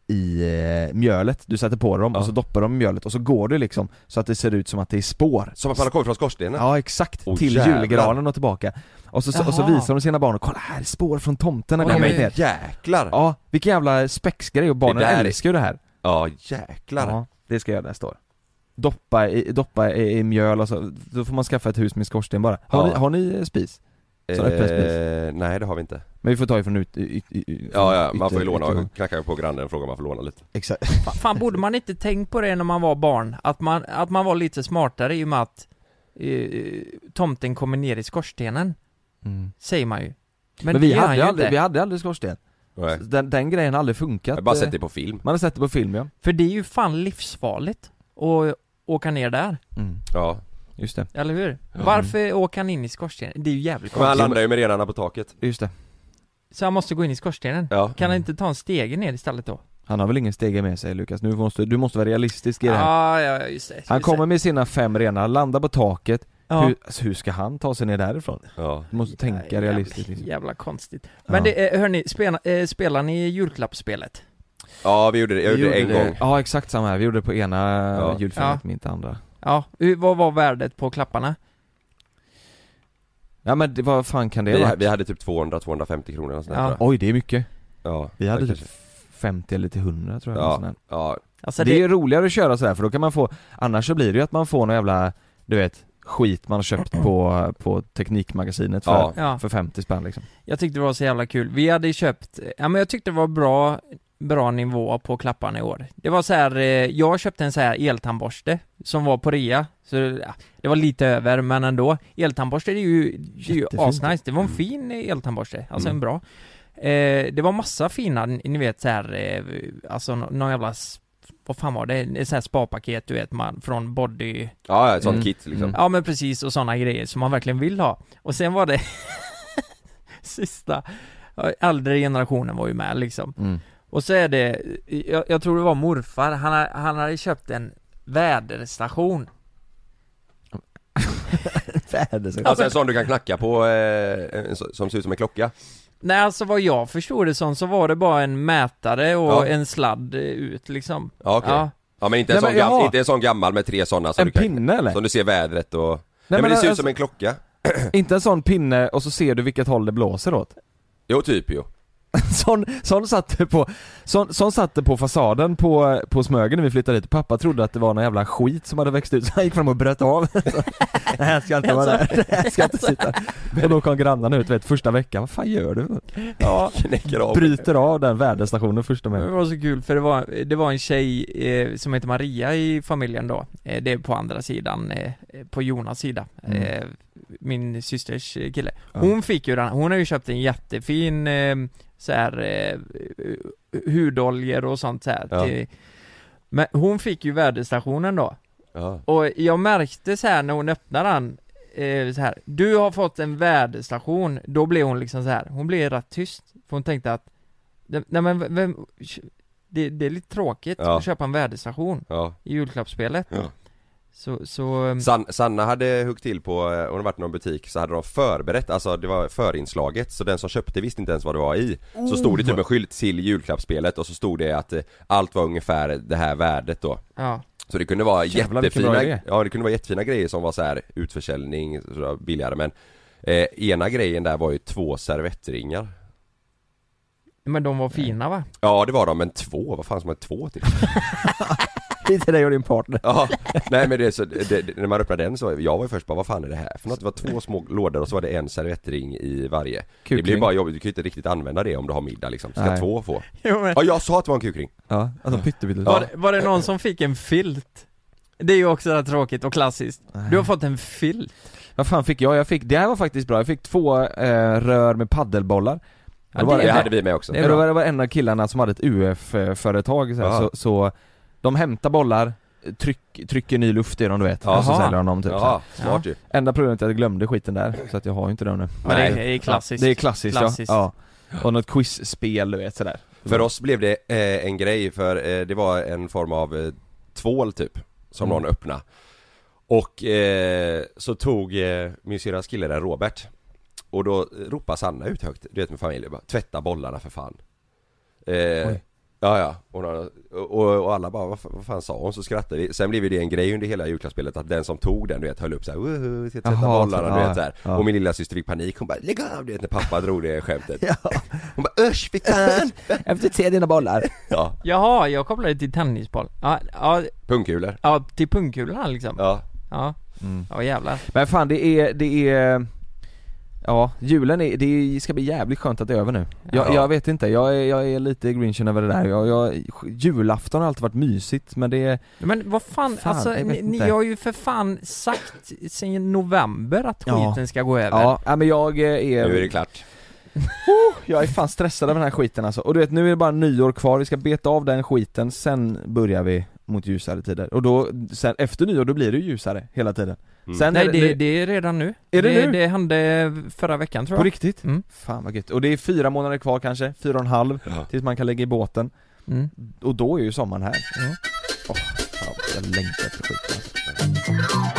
Speaker 2: i eh, mjölet, du sätter på dem
Speaker 1: Ja.
Speaker 2: och så doppar de i mjölet och så går du liksom så att det ser ut som att det är spår
Speaker 1: som att man har kommit från skorstenen
Speaker 2: Ja exakt,
Speaker 1: Åh,
Speaker 2: till
Speaker 1: jävlar.
Speaker 2: julgranen och tillbaka och så, och så
Speaker 3: Jaha.
Speaker 2: visar de sina barn och kolla här är spår från tomten när vi
Speaker 3: Oj,
Speaker 2: har
Speaker 1: Nej
Speaker 2: kommit
Speaker 1: men
Speaker 2: ner
Speaker 1: jäklar! Ja,
Speaker 2: Ja, vilken jävla spexgrej och barnen
Speaker 1: Det där är-
Speaker 2: älskar ju det här
Speaker 1: jäklar!
Speaker 2: Ja, det ska jag göra nästa år Doppa i, doppa i, i mjöl och så, då får man skaffa ett hus med skorsten bara
Speaker 1: Ja.
Speaker 2: Har, ni, har ni eh, spis? Så öppen
Speaker 1: eh, nej det har vi inte
Speaker 2: Men vi får ta ifrån ut, y, y, y,
Speaker 1: Ja, ja, man
Speaker 2: ytter-
Speaker 1: får ju låna,
Speaker 2: ytterhåll.
Speaker 1: knacka på grannen och fråga om man får låna lite
Speaker 2: Exakt
Speaker 3: Fa- Fan, borde man inte tänkt på det när man var barn? Att man, att man var lite smartare i och med att eh, tomten kommer ner i skorstenen,
Speaker 2: mm.
Speaker 3: säger man ju.
Speaker 2: Men, vi,
Speaker 3: det gör han
Speaker 2: hade
Speaker 3: ju
Speaker 2: aldrig,
Speaker 3: inte.
Speaker 2: vi hade aldrig skorsten.
Speaker 1: Nej.
Speaker 2: Den, den grejen har aldrig
Speaker 1: Jag
Speaker 2: funkat.
Speaker 1: har bara
Speaker 2: Eh,
Speaker 1: sett det på film
Speaker 2: Man har sett det på film ja.
Speaker 3: För det är ju fan livsfarligt att åka ner där,
Speaker 1: Ja,
Speaker 2: Mm, Just det.
Speaker 3: eller hur? Varför åker han in i skorstenen? Det är ju jävligt
Speaker 1: men han
Speaker 3: konstigt.
Speaker 1: landar ju med renarna på taket
Speaker 2: Just det.
Speaker 3: Så han måste gå in i skorstenen?
Speaker 1: Ja,
Speaker 3: Kan han
Speaker 2: Mm.
Speaker 3: inte ta en stege ner istället då?
Speaker 2: Han har väl ingen stege med sig Lukas. Nu måste, du måste vara realistisk i det här.
Speaker 3: Ja, ja, just det. just
Speaker 2: Han
Speaker 3: det.
Speaker 2: kommer med sina fem renar, landar på taket.
Speaker 3: Ja.
Speaker 2: Hur, alltså, hur ska han ta sig ner därifrån?
Speaker 1: ja
Speaker 2: Du måste tänka
Speaker 3: jävla,
Speaker 2: realistiskt. Liksom.
Speaker 3: Jävla konstigt.
Speaker 2: Ja.
Speaker 3: Men det, eh, hörni, spela, eh, spelar ni julklappsspelet?
Speaker 1: Ja, vi gjorde det, jag
Speaker 2: Vi
Speaker 1: gjorde det en gång
Speaker 2: Ja exakt samma här. Vi gjorde det på ena
Speaker 1: Ja.
Speaker 2: julfilmen,
Speaker 3: Ja.
Speaker 2: men inte andra.
Speaker 3: Ja, hur- vad var värdet på klapparna?
Speaker 2: Ja men det, vad fan kan det
Speaker 1: vi,
Speaker 2: vara?
Speaker 1: vi hade typ 200-250 kronor eller sånt där,
Speaker 3: Ja.
Speaker 1: tror jag.
Speaker 2: Oj det är mycket.
Speaker 1: ja,
Speaker 2: Vi hade
Speaker 1: det
Speaker 2: typ
Speaker 1: kanske-
Speaker 2: 50 eller till 100 tror jag.
Speaker 1: Ja.
Speaker 2: eller sån här.
Speaker 1: Ja,
Speaker 3: Alltså
Speaker 2: det är ju roligare att köra sådär för då kan man få, annars så blir det ju att man får någon jävla, du vet, skit man har köpt på, på Teknikmagasinet för,
Speaker 1: Ja.
Speaker 3: Ja,
Speaker 2: för 50 spänn liksom.
Speaker 3: jag tyckte det var så jävla kul. Vi hade ju köpt, ja men jag tyckte det var bra, bra nivå på klapparna i år. Det var så här, eh, jag köpte en så här eltandborste som var på rea, så ja, det var lite över men ändå. Eltandborste det är ju, det är ju
Speaker 2: Jättefint.
Speaker 3: asnice, det var en fin eltandborste, alltså en bra. Eh, det var massa fina, ni vet så här, eh, alltså nå- någon jävla, s- vad fan var det? En sån här spapaket du vet man, från Body
Speaker 1: ja, ett sånt
Speaker 2: Mm.
Speaker 1: kit liksom
Speaker 2: Mm.
Speaker 3: Ja men precis, och sådana grejer som man verkligen vill ha. Och sen var det sista, ja, äldre generationen var ju med liksom.
Speaker 2: Mm.
Speaker 3: Och så är det, jag, jag tror det var morfar, han, har- han hade köpt en väderstation.
Speaker 1: Alltså en sån du kan knacka på, eh, en, så- som ser ut som en klocka
Speaker 3: Nej alltså vad jag förstod det som så var det bara en mätare och
Speaker 1: Ja.
Speaker 3: en sladd eh, ut liksom.
Speaker 1: Ja, okej
Speaker 3: Ja.
Speaker 1: ja. men inte en,
Speaker 2: Nej,
Speaker 1: sån
Speaker 2: men jaha.
Speaker 1: gammal, inte en sån gammal med tre såna som
Speaker 2: En
Speaker 1: du kan,
Speaker 2: pinne eller?
Speaker 1: Som du ser vädret och... Nej, men,
Speaker 2: men
Speaker 1: det ser ut
Speaker 2: alltså-
Speaker 1: som en klocka
Speaker 2: Inte en sån pinne och så ser du vilket håll det blåser åt.
Speaker 1: Jo, typ ju
Speaker 2: Sån, sån, satte på, sån, sån satte på fasaden på, på Smögen när vi flyttade dit. Pappa trodde att det var någon jävla skit som hade växt ut så han gick fram och bröt av. Det här ska inte vara
Speaker 1: Alltså-
Speaker 2: där, det här ska inte sitta. Och då kom grannarna ut vet, första veckan, vad fan gör du?
Speaker 1: Ja, knäcker av
Speaker 2: Bryter av den väderstationen första
Speaker 3: Men
Speaker 2: med.
Speaker 3: det var så kul för det var, det var en tjej eh, som heter Maria i familjen då, eh, det är på andra sidan, eh, på Jonas sida,
Speaker 2: Mm.
Speaker 3: eh, min systers eh, kille.
Speaker 2: Ja.
Speaker 3: Hon fick ju den, hon har ju köpt en jättefin eh, så här eh, hudoljor och sånt så här.
Speaker 1: Ja.
Speaker 3: till- Men hon fick ju väderstationen då,
Speaker 1: Ja,
Speaker 3: och jag märkte så här när hon öppnade den eh, så här, du har fått en väderstation, då blev hon liksom så här. hon blev rätt tyst, för hon tänkte att Nej men vem- vem, det, det är lite tråkigt
Speaker 1: Ja.
Speaker 3: att köpa en väderstation
Speaker 1: ja
Speaker 3: i julklappsspelet
Speaker 1: Ja.
Speaker 3: Så, så,
Speaker 2: Mm.
Speaker 3: eh,
Speaker 1: San, Sanna hade huggt till på, eh, hon hade varit i någon butik så hade de förberett, alltså det var förinslaget så den som köpte visste inte ens vad det var i Så stod det typ
Speaker 2: Oh.
Speaker 1: en skylt till julklappsspelet och så stod det att eh, allt var ungefär det här värdet då
Speaker 3: ja
Speaker 1: Så det kunde vara
Speaker 2: Jävlar, vilken bra idé.
Speaker 1: jättefina, ja det kunde vara jättefina grejer som var så här utförsäljning, så det var billigare men eh, Ena grejen där var ju två servettringar
Speaker 3: Men de var fina va?
Speaker 1: Ja det var de, men två, vad fan ska man ha två till?
Speaker 2: Inte dig och din partner.
Speaker 1: Ja, nej men det är så, det, det, när man öppnade den så, jag var ju först bara vad fan är det här för något? Det var två små lådor och så var det en servettring i varje Det blir ju
Speaker 2: Kukring.
Speaker 1: bara jobbigt, du kan ju inte riktigt använda det om du har middag liksom, ska
Speaker 2: Nej.
Speaker 1: två få?
Speaker 3: Jo, men,
Speaker 1: Ja jag sa att det var en kukring!
Speaker 2: Ja, alltså pyttelite.
Speaker 3: var, det, var det någon som fick en filt? Det är ju också rätt tråkigt och klassiskt Du har fått en filt
Speaker 2: Vad fan fick jag? Jag fick, det här var faktiskt bra, jag fick två eh, rör med paddelbollar
Speaker 3: Ja,
Speaker 1: det,
Speaker 3: det-
Speaker 1: det hade vi med också
Speaker 2: Det var, det var en av killarna som hade ett UF-företag så, här,
Speaker 1: Jaha.
Speaker 2: så, så de hämtar bollar, tryck, trycker ny luft i dem du vet,
Speaker 1: Jaha.
Speaker 2: och så säljer de dem typ så här.
Speaker 1: Ja, smart ju
Speaker 2: Enda problemet är att jag glömde skiten där, så att jag har ju inte den nu
Speaker 3: Men
Speaker 1: Nej.
Speaker 3: det är- det är klassiskt.
Speaker 2: Det är klassiskt,
Speaker 3: Klassiskt.
Speaker 2: Ja. ja Och något quizspel du vet sådär
Speaker 1: För oss blev det eh, en grej för eh, det var en form av eh, tvål typ Som
Speaker 2: Mm.
Speaker 1: någon öppnade Och eh, så tog eh, min syrras kille där Robert Och då ropade Sanna ut högt, du vet med familjen bara Tvätta bollarna för fan eh,
Speaker 2: Oj.
Speaker 1: Ja ja, och, några- och, och alla bara vad, fan- vad fan sa hon? Så skrattade vi Sen blev ju det en grej under hela julklappsspelet att den som tog den du vet höll upp såhär Woho, vi ska tvätta
Speaker 2: Jaha,
Speaker 1: bollarna
Speaker 2: så-
Speaker 1: du
Speaker 2: ja,
Speaker 1: vet såhär
Speaker 2: ja.
Speaker 1: Och min lilla syster fick panik, hon bara lägg av du vet när pappa drog det skämtet Hon bara usch fy fan
Speaker 2: Jag vill inte se dina bollar
Speaker 1: Ja,
Speaker 3: Jaha, jag kopplade det till tennisboll. Ja, ja,
Speaker 1: pungkulor
Speaker 3: ja till pungkulorna liksom. Ja.
Speaker 1: Ja,
Speaker 3: Ja,
Speaker 2: Mm.
Speaker 3: jävlar.
Speaker 2: Men fan det är, det är Ja, julen är, det ska bli jävligt skönt att det är över nu Jag,
Speaker 1: Ja.
Speaker 2: jag vet inte, jag är, jag är lite grinchen över det där jag, jag, Julafton har alltid varit mysigt men det
Speaker 3: Men vad fan,
Speaker 2: Fan,
Speaker 3: alltså
Speaker 2: jag vet
Speaker 3: ni, ni
Speaker 2: inte.
Speaker 3: har ju för fan sagt sen november att
Speaker 2: Ja.
Speaker 3: skiten ska gå över.
Speaker 2: Ja, nej, men jag eh, är
Speaker 1: nu är det klart
Speaker 2: Jag är fan stressad av den här skiten alltså. Och du vet nu är det bara nyår kvar, vi ska beta av den skiten, sen börjar vi mot ljusare tider. Och då, sen efter nyår då blir det ju ljusare hela tiden.
Speaker 1: Mm.
Speaker 2: Sen
Speaker 3: Nej
Speaker 2: är
Speaker 3: det, det är redan nu.
Speaker 2: Är det
Speaker 3: det
Speaker 2: nu?
Speaker 3: Det hände förra veckan tror
Speaker 2: På
Speaker 3: jag.
Speaker 2: riktigt?
Speaker 3: Mm.
Speaker 2: Fan vad gött. Och det är fyra månader kvar kanske, fyra och en halv,
Speaker 1: Ja.
Speaker 2: tills man kan lägga i båten.
Speaker 3: Mm.
Speaker 2: Och då är ju sommaren här.
Speaker 3: Mm.
Speaker 2: Åh, fan, jag längtar efter skiten alltså.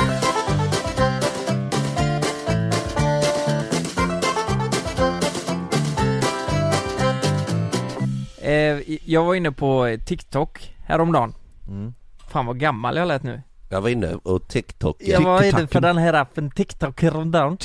Speaker 3: Eh, jag var inne på TikTok häromdagen.
Speaker 2: Mm.
Speaker 3: Fan vad gammal jag lät nu.
Speaker 1: Jag var inne och TikTok
Speaker 3: Jag var inne på den här appen TikTok häromdagen.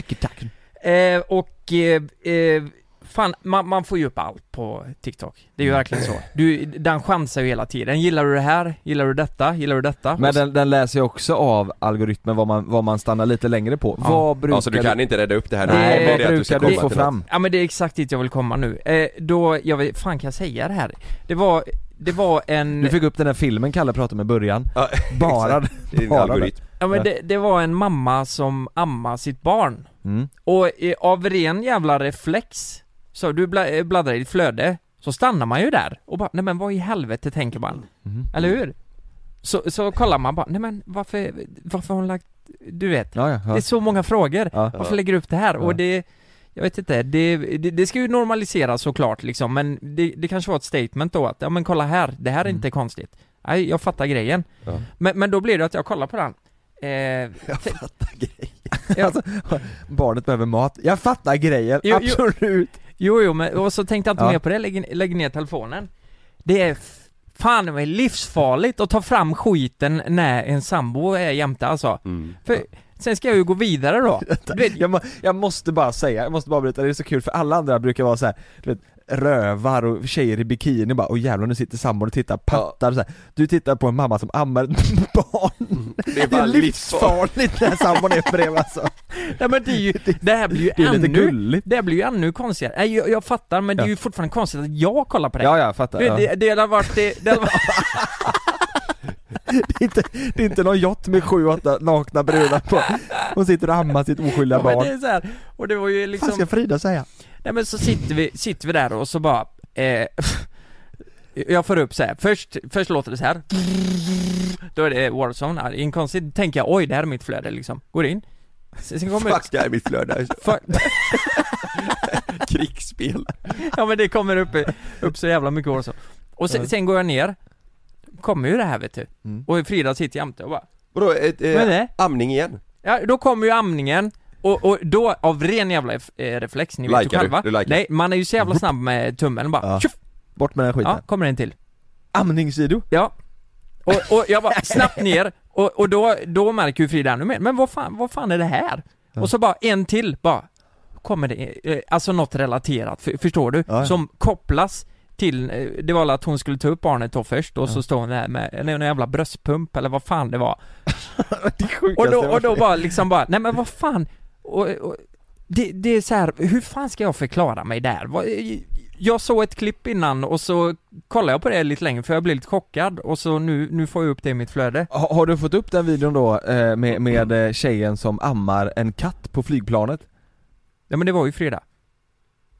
Speaker 3: Eh, och eh, eh, fan, man, man får ju upp allt på TikTok. Det är ju
Speaker 2: Mm.
Speaker 3: verkligen så. Du, den chansar ju hela tiden. Gillar du det här? Gillar du detta? Gillar du detta?
Speaker 2: Men
Speaker 3: Och så-
Speaker 2: den, den läser ju också av algoritmen vad man, vad man stannar lite längre på.
Speaker 3: Ja.
Speaker 2: Vad brukar
Speaker 1: Ja så du kan inte rädda upp det här nu?
Speaker 3: Nej,
Speaker 1: Det
Speaker 2: Nej,
Speaker 1: är
Speaker 2: vad
Speaker 1: det att ska
Speaker 2: brukar du
Speaker 1: komma
Speaker 2: få
Speaker 1: till
Speaker 2: fram?
Speaker 3: Ja men det är exakt dit jag vill komma nu. Eh, då, jag vet, fan kan jag säga det här? Det var, det var en...
Speaker 2: Du fick upp den där filmen Kalle pratade med i början.
Speaker 1: Ja,
Speaker 2: Bara, bara
Speaker 1: något. Det är en algoritm
Speaker 3: Ja men det, det var en mamma som ammar sitt barn.
Speaker 2: Mm.
Speaker 3: Och eh, av ren jävla reflex, så du bla, eh, bladdrar i ett flöde, så stannar man ju där och bara, nej men vad i helvete tänker man?
Speaker 2: Mm.
Speaker 3: Eller hur? Så, så kollar man bara, nej men varför, varför har hon lagt, du vet.
Speaker 2: Ja, ja, ja.
Speaker 3: Det är så många frågor.
Speaker 2: Ja.
Speaker 3: Varför lägger du upp det här?
Speaker 2: Ja.
Speaker 3: Och det, jag vet inte, det, det, det ska ju normaliseras såklart liksom, men det, det kanske var ett statement då att, ja men kolla här, det här är
Speaker 2: Mm.
Speaker 3: inte konstigt. Nej, jag fattar grejen.
Speaker 1: Ja.
Speaker 3: Men, men då blir det att jag kollar på den. Eh,
Speaker 2: Alltså, barnet behöver mat. Jag fattar grejen,
Speaker 3: Jo, jo.
Speaker 2: absolut!
Speaker 3: jo, jo, men, och så tänkte jag inte
Speaker 2: Ja.
Speaker 3: mer på det, lägg, lägg ner telefonen. Det är f- fan mig livsfarligt att ta fram skiten när en sambo är jämte alltså.
Speaker 1: Mm.
Speaker 3: För, sen ska jag ju gå vidare då. Du vet,
Speaker 2: Jag, må- jag måste bara säga, jag måste bara bryta, det är så kul för alla andra brukar vara så här, du vet, rövar och tjejer i bikini bara åh jävlar nu sitter sambon och tittar, pattar och så här. Du tittar på en mamma som ammar ett barn.
Speaker 1: Mm, Det är
Speaker 2: Det
Speaker 1: bara
Speaker 2: är
Speaker 1: livsfarligt
Speaker 2: livsfarligt när sambon är bredvid alltså.
Speaker 3: Nej men det är ju, det här blir ju
Speaker 2: Det är lite
Speaker 3: ännu,
Speaker 2: gulligt.
Speaker 3: det här blir ju ännu konstigare. Nej jag, jag fattar men det är ju fortfarande konstigt att jag kollar på det.
Speaker 2: Ja, jag fattar.
Speaker 3: Du vet,
Speaker 2: Ja.
Speaker 3: det, det hade varit, det, det hade varit,
Speaker 2: Det, är inte, det är inte någon jott med sju, åtta nakna brudar på. Hon sitter och ammar sitt oskyldiga
Speaker 3: ja, men
Speaker 2: barn.
Speaker 3: det är så här, och det var ju
Speaker 2: Vad ska
Speaker 3: liksom,
Speaker 2: Frida säga?
Speaker 3: nej men så sitter vi, sitter vi där och så bara, eh, jag får upp så här. först, först låter det så här. Då är det Warzone, Ja, det är en konstigt, tänker jag oj det här är mitt flöde liksom, går in, sen sen kommer
Speaker 1: Fuck det här är mitt flöde,
Speaker 3: Fuck.
Speaker 1: krigsspel
Speaker 3: Ja men det kommer upp, upp så jävla mycket Warzone. Och sen, sen går jag ner, kommer ju det här vet du.
Speaker 2: Mm.
Speaker 3: Och Frida sitter jämte och bara
Speaker 1: Vadå, ett, eh,
Speaker 3: Vad är det?
Speaker 1: amning igen?
Speaker 3: Ja, då kommer ju amningen och, och då, av ren jävla eh, reflex, ni vet
Speaker 1: Likar
Speaker 3: ju
Speaker 1: du?
Speaker 3: själva
Speaker 1: Du likar. Mm.
Speaker 3: Nej, man är ju så jävla snabb med tummen bara
Speaker 2: Ja.
Speaker 3: ja. Tjoff,
Speaker 2: Bort med den skiten.
Speaker 3: ja, kommer en till
Speaker 2: Amningsvideo.
Speaker 3: Ja Och, och jag bara, snabbt ner Och, och då, då märker ju Frida ännu mer, men vad fan, vad fan är det här? Och så bara, en till bara Kommer det, eh, alltså något relaterat, för, förstår du?
Speaker 2: Ja, ja.
Speaker 3: Som kopplas till, eh, det var väl att hon skulle ta upp barnet då först och så står hon där med en en jävla bröstpump eller vad fan det var
Speaker 2: Det
Speaker 3: Och
Speaker 2: sjukaste
Speaker 3: då,
Speaker 2: jag
Speaker 3: och då
Speaker 2: varit
Speaker 3: bara liksom bara, nej men vad fan och, och, det, det är så här, hur fan ska jag förklara mig där? Vad- Jag såg ett klipp innan och så kollade jag på det lite längre för jag blev lite chockad och så nu, nu får jag upp det i mitt flöde
Speaker 2: Ha- Har du fått upp den videon då eh, med, med eh, tjejen
Speaker 3: Mm.
Speaker 2: som ammar en katt på flygplanet?
Speaker 3: Ja men det var ju fredag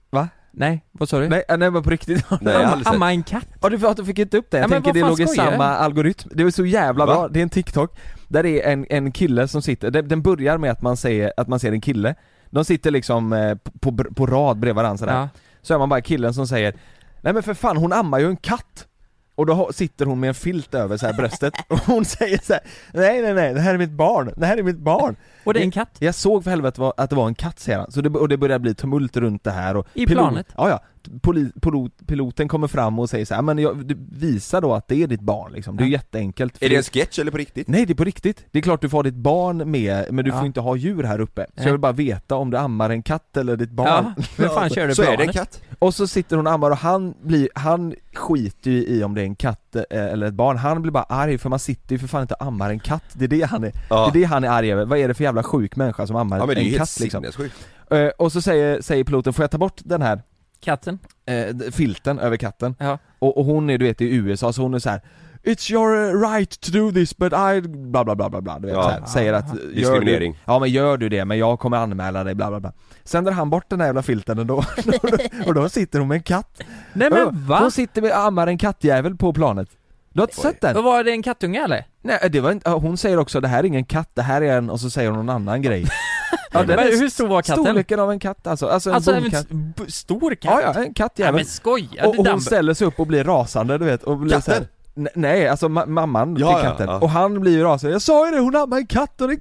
Speaker 2: Va?
Speaker 3: Nej, vad sa du?
Speaker 2: Nej, äh, nej men på riktigt.
Speaker 1: Nej, jag har aldrig
Speaker 3: amma,
Speaker 1: sett.
Speaker 3: amma en katt?
Speaker 2: Ja du, du fick inte upp det, jag
Speaker 3: Ja, men
Speaker 2: tänker det
Speaker 3: vad fan
Speaker 2: låg i
Speaker 3: skojar
Speaker 2: samma
Speaker 3: du?
Speaker 2: algoritm. Det var så jävla
Speaker 1: Va?
Speaker 2: bra, det är en TikTok Där är en, en kille som sitter, den- den börjar med att man säger att man ser en kille De sitter liksom eh, på, på, på rad bredvid varandra sådär.
Speaker 3: Ja.
Speaker 2: Så är man bara killen som säger Nej men för fan hon ammar ju en katt! Och då har- sitter hon med en filt över så här bröstet och hon säger så här: Nej nej nej, det här är mitt barn, det här är mitt barn!
Speaker 3: Och det är en katt?
Speaker 2: Jag såg för helvete vad- att det var en katt säger han, så det, och det började bli tumult runt det här och
Speaker 3: I planet?
Speaker 2: Ja, ja. Poli, pilot, piloten kommer fram och säger så här, men jag, du, visa då att det är ditt barn liksom, det är ju
Speaker 3: Ja.
Speaker 2: jätteenkelt
Speaker 1: Är det en sketch eller på riktigt?
Speaker 2: Nej det är på riktigt, det är klart du får ha ditt barn med, men du
Speaker 3: Ja.
Speaker 2: får inte ha djur här uppe Så
Speaker 3: Nej.
Speaker 2: jag vill bara veta om du ammar en katt eller ditt barn
Speaker 3: Ja, vem fan kör du
Speaker 1: Så är det en
Speaker 3: planet?
Speaker 1: katt?
Speaker 2: Och så sitter hon och ammar och han blir, han skiter ju i om det är en katt eh, eller ett barn, han blir bara arg för man sitter ju för fan inte och ammar en katt, det är det han är,
Speaker 1: Ja.
Speaker 2: det är det han är arg över, vad är det för jävla sjuk människa som ammar
Speaker 1: Ja men det är
Speaker 2: en
Speaker 1: ju helt
Speaker 2: katt liksom?
Speaker 1: sinnessjukt.
Speaker 2: Eh, Och så säger, säger piloten, får jag ta bort den här
Speaker 3: Katten?
Speaker 2: eh, d- filten över katten?
Speaker 3: Ja.
Speaker 2: Och, och hon är du vet i USA så hon är så här. It's your eh, right to do this but I bla bla bla bla bla du vet,
Speaker 1: Ja.
Speaker 2: så här, säger att gör du,
Speaker 1: Diskriminering.
Speaker 2: Ja men gör du det men jag kommer anmäla dig bla bla bla Sen drar han bort den här jävla filten ändå och då sitter hon med en katt
Speaker 3: Nej
Speaker 2: Ja,
Speaker 3: men va?
Speaker 2: Hon sitter med ammar en kattjävel på planet Du har inte sett den?
Speaker 3: Var det en kattunge eller?
Speaker 2: Nej det var inte, hon säger också det här är ingen katt, det här är en och så säger hon någon annan grej ja, den
Speaker 3: Men
Speaker 2: är
Speaker 3: hur stor var katten?
Speaker 2: Storleken av en katt alltså, alltså en
Speaker 3: Alltså en
Speaker 2: bondkatt
Speaker 3: s- b- stor katt?
Speaker 2: Ja ja, en
Speaker 3: Nej,
Speaker 2: kattjävel
Speaker 3: men skoja
Speaker 2: och,
Speaker 3: du
Speaker 2: och hon
Speaker 3: Dumbo?
Speaker 2: ställer sig upp och blir rasande du vet och blir
Speaker 1: Katten?
Speaker 2: så här, ne- Nej, alltså ma-
Speaker 1: Ja,
Speaker 2: mamman till
Speaker 1: ja,
Speaker 2: katten.
Speaker 1: ja.
Speaker 2: Och han blir ju rasande, jag sa ju det, hon ammar en katt och det...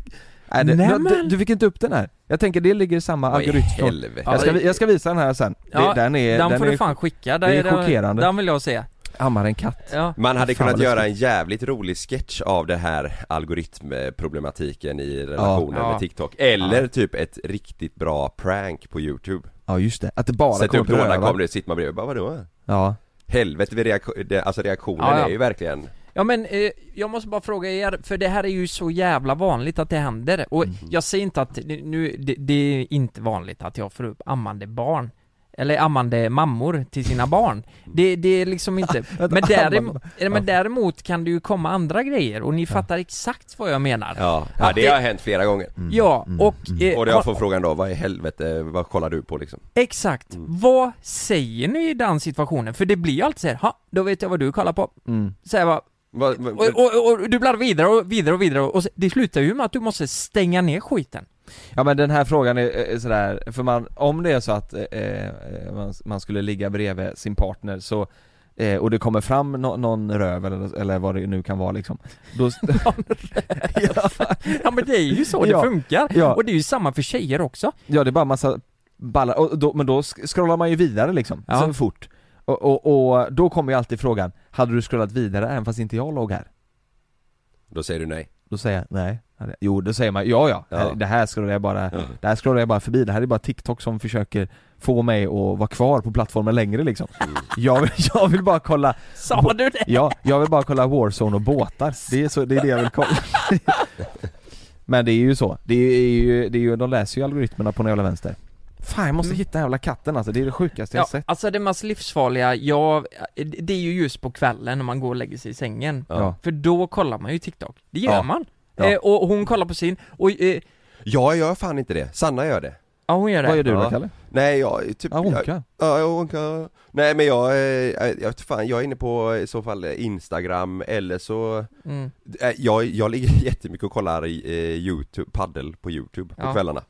Speaker 2: Nej, det,
Speaker 3: Nämen.
Speaker 2: du, du fick inte upp den här. Jag tänker det ligger i samma
Speaker 1: Vad i
Speaker 2: algoritm.
Speaker 1: helvete?
Speaker 2: Jag ska, vi- jag ska visa den här sen.
Speaker 3: Ja,
Speaker 2: det, den är,
Speaker 3: den,
Speaker 2: den
Speaker 3: får du
Speaker 2: är
Speaker 3: fan skicka,
Speaker 2: det är
Speaker 3: den-
Speaker 2: chockerande.
Speaker 3: Den vill jag se
Speaker 2: ammar en katt.
Speaker 3: Ja,
Speaker 1: Man hade
Speaker 2: Fan,
Speaker 1: kunnat
Speaker 2: vad
Speaker 1: göra en jävligt rolig sketch av den här algoritmproblematiken i relationen
Speaker 3: Ja.
Speaker 1: med TikTok Eller typ ett riktigt bra prank på youtube
Speaker 2: Ja just det, att det bara
Speaker 1: Sätt
Speaker 2: kommer
Speaker 1: upp
Speaker 2: på
Speaker 1: några
Speaker 2: röven.
Speaker 1: kameror, sitter man bredvid bara vadå?
Speaker 2: Ja.
Speaker 1: Helvete, vid reak- det, alltså reaktionen
Speaker 3: Ja, ja.
Speaker 1: är ju verkligen
Speaker 3: ja men eh, jag måste bara fråga er, för det här är ju så jävla vanligt att det händer Och
Speaker 2: Mm.
Speaker 3: jag säger inte att, det- nu, det, det är inte vanligt att jag får upp ammande barn Eller ammande mammor till sina barn Det, det är liksom inte Men däremot, eh, men däremot kan det ju komma andra grejer och ni fattar exakt vad jag menar
Speaker 1: Ja, ja det har hänt flera gånger
Speaker 3: Ja,
Speaker 2: Mm.
Speaker 3: och... eh,
Speaker 1: Och det
Speaker 3: har-
Speaker 1: jag får frågan då, vad i helvete, vad kollar du på liksom?
Speaker 3: Exakt.
Speaker 2: Mm.
Speaker 3: Vad säger ni i den situationen? För det blir ju alltid så här, ha, då vet jag vad du kollar på.
Speaker 2: Mm.
Speaker 3: Så här, bara,
Speaker 1: Vad, vad,
Speaker 3: och, och, och du blar vidare och vidare och vidare och så, det slutar ju med att du måste stänga ner skiten.
Speaker 2: ja men den här frågan är, är sådär, för man, om det är så att eh, eh, man, man skulle ligga bredvid sin partner så Eh, och det kommer fram nå- någon röv eller, eller vad det nu kan vara liksom Då,
Speaker 3: Ja men det är ju så
Speaker 2: Ja.
Speaker 3: det funkar.
Speaker 2: Ja.
Speaker 3: Och det är ju samma för tjejer också.
Speaker 2: Ja det är bara massa ballar, och då, men då sk- scrollar man ju vidare liksom,
Speaker 3: Ja.
Speaker 2: så fort och, och, och då kommer ju alltid frågan, hade du scrollat vidare även fast inte jag låg här?
Speaker 1: då säger du nej
Speaker 2: Då säger jag nej Hade- Jo då säger man, ja ja,
Speaker 1: Ja.
Speaker 2: Här- det här scrollar jag bara,
Speaker 1: Ja.
Speaker 2: det här scrollar jag bara förbi, det här är bara TikTok som försöker få mig att vara kvar på plattformen längre liksom
Speaker 1: Mm.
Speaker 2: jag, vill, jag vill bara kolla,
Speaker 3: Sa du det?
Speaker 2: ja, jag vill bara kolla Warzone och båtar, det är, så, det, är det jag vill kolla Men det är ju så, det är ju, det är ju, de läser ju algoritmerna på den jävla vänster Fan jag
Speaker 1: Mm.
Speaker 2: måste hitta den jävla katten alltså, det är det sjukaste jag
Speaker 3: Ja,
Speaker 2: sett
Speaker 3: alltså det mest livsfarliga, ja, det är ju just på kvällen när man går och lägger sig i sängen.
Speaker 2: Ja.
Speaker 3: För då kollar man ju TikTok. Det gör
Speaker 2: Ja.
Speaker 3: man.
Speaker 2: Ja.
Speaker 3: Eh, och hon kollar på sin, och eh,
Speaker 1: Ja, jag gör fan inte det, Sanna gör det
Speaker 3: ja hon gör det.
Speaker 2: Vad gör du
Speaker 1: Ja.
Speaker 2: då Kalle?
Speaker 1: Nej jag, typ
Speaker 2: Ja,
Speaker 1: jag,
Speaker 2: onka?
Speaker 1: Ja, jag onkar. Nej men jag, eh, jag, jag, vet fan, jag är inne på i så fall eh, Instagram eller så
Speaker 3: Mm.
Speaker 1: Eh, Jag, jag ligger jättemycket och kollar i, eh, youtube, paddel på youtube på
Speaker 3: Ja.
Speaker 1: kvällarna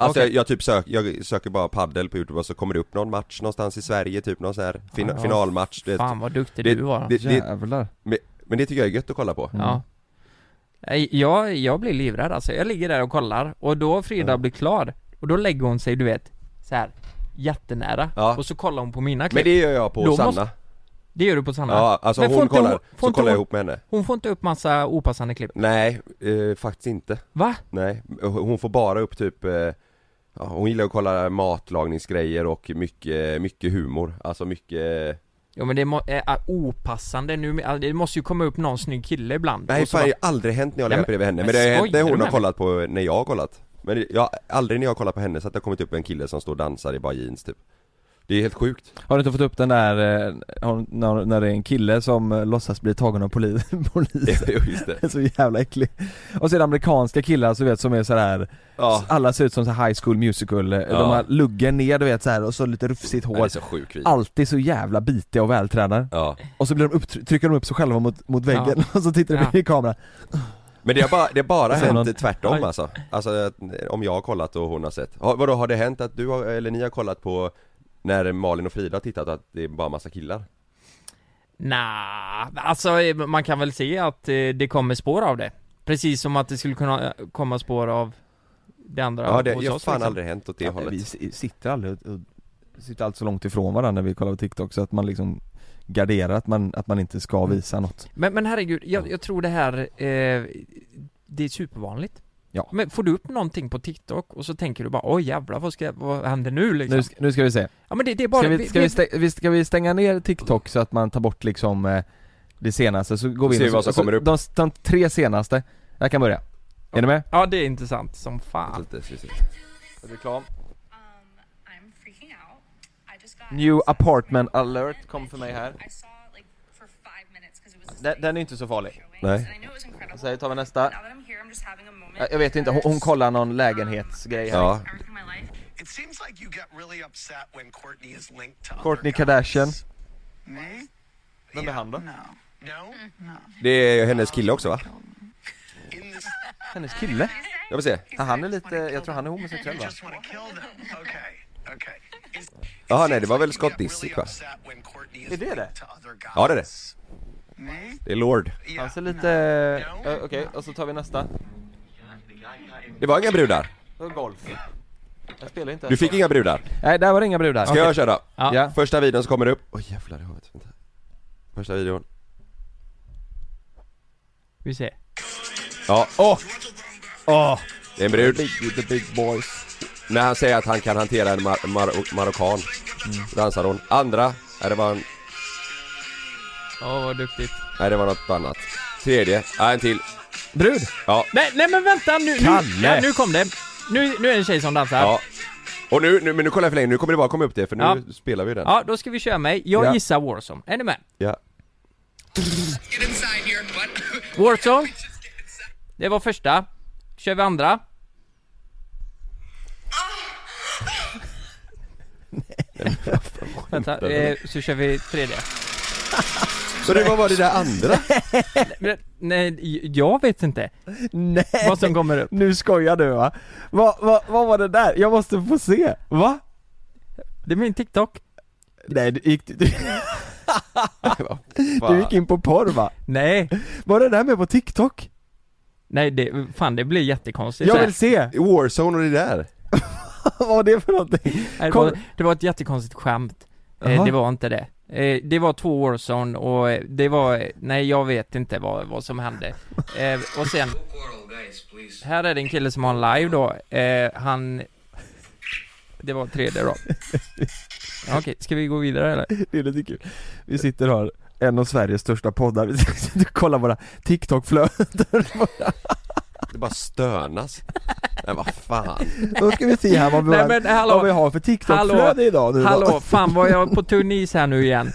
Speaker 1: Alltså
Speaker 3: Okej.
Speaker 1: jag, jag typ söker, jag söker bara paddel på youtube och så kommer det upp någon match någonstans i Sverige, typ någon så här fin,
Speaker 3: Ja, ja.
Speaker 1: finalmatch du vet.
Speaker 3: Fan vad duktig
Speaker 1: det-
Speaker 3: du var. Mm,
Speaker 1: det-
Speaker 2: Jävlar
Speaker 1: Men det tycker jag är gött att kolla på
Speaker 3: Ja. Nej, Jag, jag blir livrädd alltså. Jag ligger där och kollar och då Frida blir klar och då lägger hon sig du vet så här jättenära
Speaker 1: Ja.
Speaker 3: och så kollar hon på mina
Speaker 1: Men
Speaker 3: klipp. Det...
Speaker 1: det gör jag på
Speaker 3: Då
Speaker 1: Sanna
Speaker 3: måste- gör du på Sanna?
Speaker 1: Ja, alltså
Speaker 3: Men får
Speaker 1: hon
Speaker 3: inte hon-
Speaker 1: kollar, så
Speaker 3: får inte
Speaker 1: kollar jag
Speaker 3: hon-
Speaker 1: ihop med henne
Speaker 3: Hon får inte upp massa opassande klipp.
Speaker 1: Nej, eh, faktiskt inte
Speaker 3: Va?
Speaker 1: Nej, hon får bara upp typ eh, ja, Hon gillar att kolla matlagningsgrejer och mycket, mycket humor Alltså mycket
Speaker 3: Jo men det är må- eh, ah, opassande nu, ah, det måste ju komma upp någon snygg kille ibland.
Speaker 1: Nej
Speaker 3: Och så
Speaker 1: fan, det
Speaker 3: bara-
Speaker 1: har ju aldrig hänt när jag
Speaker 3: Ja,
Speaker 1: legat
Speaker 3: men-
Speaker 1: bredvid henne, men
Speaker 3: men
Speaker 1: det har ju hänt när
Speaker 3: skojar
Speaker 1: hon
Speaker 3: du
Speaker 1: har
Speaker 3: med
Speaker 1: kollat på, när jag har kollat Men det- jag, aldrig när jag har kollat på henne så att det har kommit upp en kille som står och dansar i bara jeans typ Det är helt sjukt.
Speaker 2: Har du inte fått upp den där, eh, har- när, när det är en kille som eh, låtsas bli tagen av polis, polisen?
Speaker 1: Jo, Just det.
Speaker 2: Det är så jävla äcklig. Och sen amerikanska killar så vet som är så här
Speaker 1: Ja.
Speaker 2: alla ser ut som så här high school musical, eh,
Speaker 1: Ja.
Speaker 2: de har luggen ner du vet så här och så lite rufsigt
Speaker 1: Ja, Det är
Speaker 2: hår.
Speaker 1: så sjukt video.
Speaker 2: Alltid så jävla bitiga och vältränade.
Speaker 1: Ja.
Speaker 2: Och så blir de upp, trycker de upp sig själva mot, mot väggen
Speaker 3: Ja.
Speaker 2: och så tittar de
Speaker 3: Ja.
Speaker 2: in i kameran.
Speaker 1: Men det har bara, det har bara
Speaker 2: Som
Speaker 1: hänt
Speaker 2: någon-
Speaker 1: tvärtom
Speaker 2: Oj.
Speaker 1: alltså. Alltså att- om jag har kollat och hon har sett. Har, vadå, har det hänt att du har, eller ni har kollat på när Malin och Frida har tittat och att det är bara massa killar?
Speaker 3: Nah, alltså eh, man kan väl se att eh, det kommer spår av det. Precis som att det skulle kunna eh, komma spår av det andra
Speaker 1: Ja, det
Speaker 3: hos
Speaker 1: har
Speaker 3: oss,
Speaker 1: fan
Speaker 3: liksom.
Speaker 1: aldrig hänt åt det hållet.
Speaker 2: Vi s- sitter aldrig och, och sitter allt så långt ifrån varandra när vi kollar på TikTok så att man liksom garderar att man, att man inte
Speaker 1: Mm.
Speaker 2: ska visa något.
Speaker 3: Men, men herregud, jag, jag tror det här, eh, det är supervanligt.
Speaker 2: Ja.
Speaker 3: Men får du upp någonting på TikTok och så tänker du bara oj jävlar vad, ska, vad händer nu liksom?
Speaker 2: Nu, ska- nu ska vi se.
Speaker 3: Ja men det, det är bara,
Speaker 2: Ska vi, ska, vi stä, vi- ska vi stänga ner TikTok så att man tar bort liksom eh, det senaste så går vi
Speaker 1: Ser
Speaker 2: in
Speaker 1: vi vad som
Speaker 2: så,
Speaker 1: kommer upp.
Speaker 2: De, de tre senaste, jag kan börja. Är ni med?
Speaker 3: Ja det är intressant som fan.
Speaker 1: Lite, så- så-
Speaker 2: Reklam.
Speaker 4: Um, I'm freaking out. I just got
Speaker 2: New
Speaker 4: outside
Speaker 2: apartment
Speaker 4: my
Speaker 2: alert
Speaker 4: apartment,
Speaker 2: kom
Speaker 4: but
Speaker 2: för mig här.
Speaker 4: I saw it, like, for five minutes 'cause it was this,
Speaker 2: Den,
Speaker 4: like,
Speaker 2: den är inte så farlig.
Speaker 4: showings,
Speaker 1: Nej.
Speaker 4: and I know it was incredible.
Speaker 2: Så här tar vi nästa. Eh,
Speaker 4: Now that I'm here, I'm just having a moment
Speaker 2: Jag- Jag vet inte, hon, hon kollar någon lägenhetsgrej här.
Speaker 1: Ja,
Speaker 4: everything in my life.
Speaker 5: It seems like you got really upset when Courtney is linked to
Speaker 2: Kourtney
Speaker 5: other
Speaker 2: Kardashian.
Speaker 5: guys. Me?
Speaker 2: Vem är han då?
Speaker 5: No? Mm.
Speaker 1: det är hennes kille också va?
Speaker 5: In this,
Speaker 2: Hennes kille?
Speaker 1: Jag vill se.
Speaker 2: Ja, han är lite, jag tror han är homosexuell va?
Speaker 5: you just want to kill them. Okay, okay. It- it
Speaker 1: Jaha, nej,
Speaker 5: seems
Speaker 1: det var
Speaker 5: like
Speaker 1: väl
Speaker 5: you
Speaker 1: Scott
Speaker 5: got
Speaker 1: Disick, va?
Speaker 5: upset when Courtney is
Speaker 2: Är det
Speaker 5: linked
Speaker 2: det?
Speaker 5: to other guys.
Speaker 1: Ja, det är det.
Speaker 5: Me?
Speaker 1: Det är Lord.
Speaker 5: Yeah.
Speaker 2: Han ser lite...
Speaker 5: No.
Speaker 2: Ö, Okej, och så tar vi nästa.
Speaker 1: Det var inga brudar.
Speaker 2: Ö, Golf. Jag spelar inte.
Speaker 1: Du fick inga brudar.
Speaker 2: Nej, där var det inga brudar.
Speaker 1: Ska jag köra?
Speaker 3: Ja.
Speaker 2: Ja.
Speaker 1: Första videon som kommer upp. Oj jävlar i havet. Vänta. Första videon.
Speaker 3: Vi ser.
Speaker 1: Ja, åh! Åh! Det är en brud. the big boys. När han säger att han kan hantera en mar- mar- marockan.
Speaker 3: Mm.
Speaker 1: Dansar hon. Andra. Nej det var en...
Speaker 3: Åh vad duktigt.
Speaker 1: Nej det var något annat. Tredje. Nej en till.
Speaker 2: Brud!
Speaker 1: Ja.
Speaker 3: Nej, nej men vänta nu, nu,
Speaker 2: Kalle!
Speaker 3: ja, nu kom det. Nu, nu är det en tjej som dansar.
Speaker 1: Ja. Och nu, nu, men nu kollar jag för länge. Nu kommer det bara komma upp det för nu
Speaker 3: Ja.
Speaker 1: spelar vi den.
Speaker 3: Ja, då ska vi köra mig. Jag
Speaker 2: Ja.
Speaker 3: gissar Warzone. Är ni med?
Speaker 1: Ja.
Speaker 5: Get inside here, but
Speaker 3: Warzone, det var första. Kör vi andra? Vänta, eh, så kör vi tredje.
Speaker 1: Så det var bara det där andra.
Speaker 3: Men, Nej, jag vet inte
Speaker 2: Nej!
Speaker 3: vad som kommer upp.
Speaker 2: Nu skojar du va? Vad vad- vad var det där? Jag måste få se! Va?
Speaker 3: Det är min TikTok.
Speaker 2: Nej, du gick, du, du
Speaker 1: Fan.
Speaker 2: gick in på porr va?
Speaker 3: Nej,
Speaker 2: Var det där med på TikTok?
Speaker 3: nej det, fan det blir jättekonstigt.
Speaker 2: Jag vill se!
Speaker 1: Warzone och det där.
Speaker 2: Vad var det för någonting?
Speaker 3: Nej, det,
Speaker 2: Kom.
Speaker 3: var, det var ett jättekonstigt skämt. Eh,
Speaker 2: Jaha.
Speaker 3: det var inte det. Eh, det var två Warzone och eh, det var, nej jag vet inte vad, vad som hände. Eh, och sen, här är det en kille som har en live då, eh, han, det var tredje då. Ja, Okej, ska vi gå vidare eller?
Speaker 2: Det är lite kul. Vi sitter och har en av Sveriges största poddar, vi sitter och kollar våra TikTok-flöden.
Speaker 1: Det bara stönas. Nej vad fan.
Speaker 2: Då ska vi se här vad vi,
Speaker 3: Nej, men hallå.
Speaker 2: vad vi har för
Speaker 3: Hallå.
Speaker 2: TikTok-flöde idag nu va?
Speaker 3: Hallå, fan var jag på tunn is här nu igen?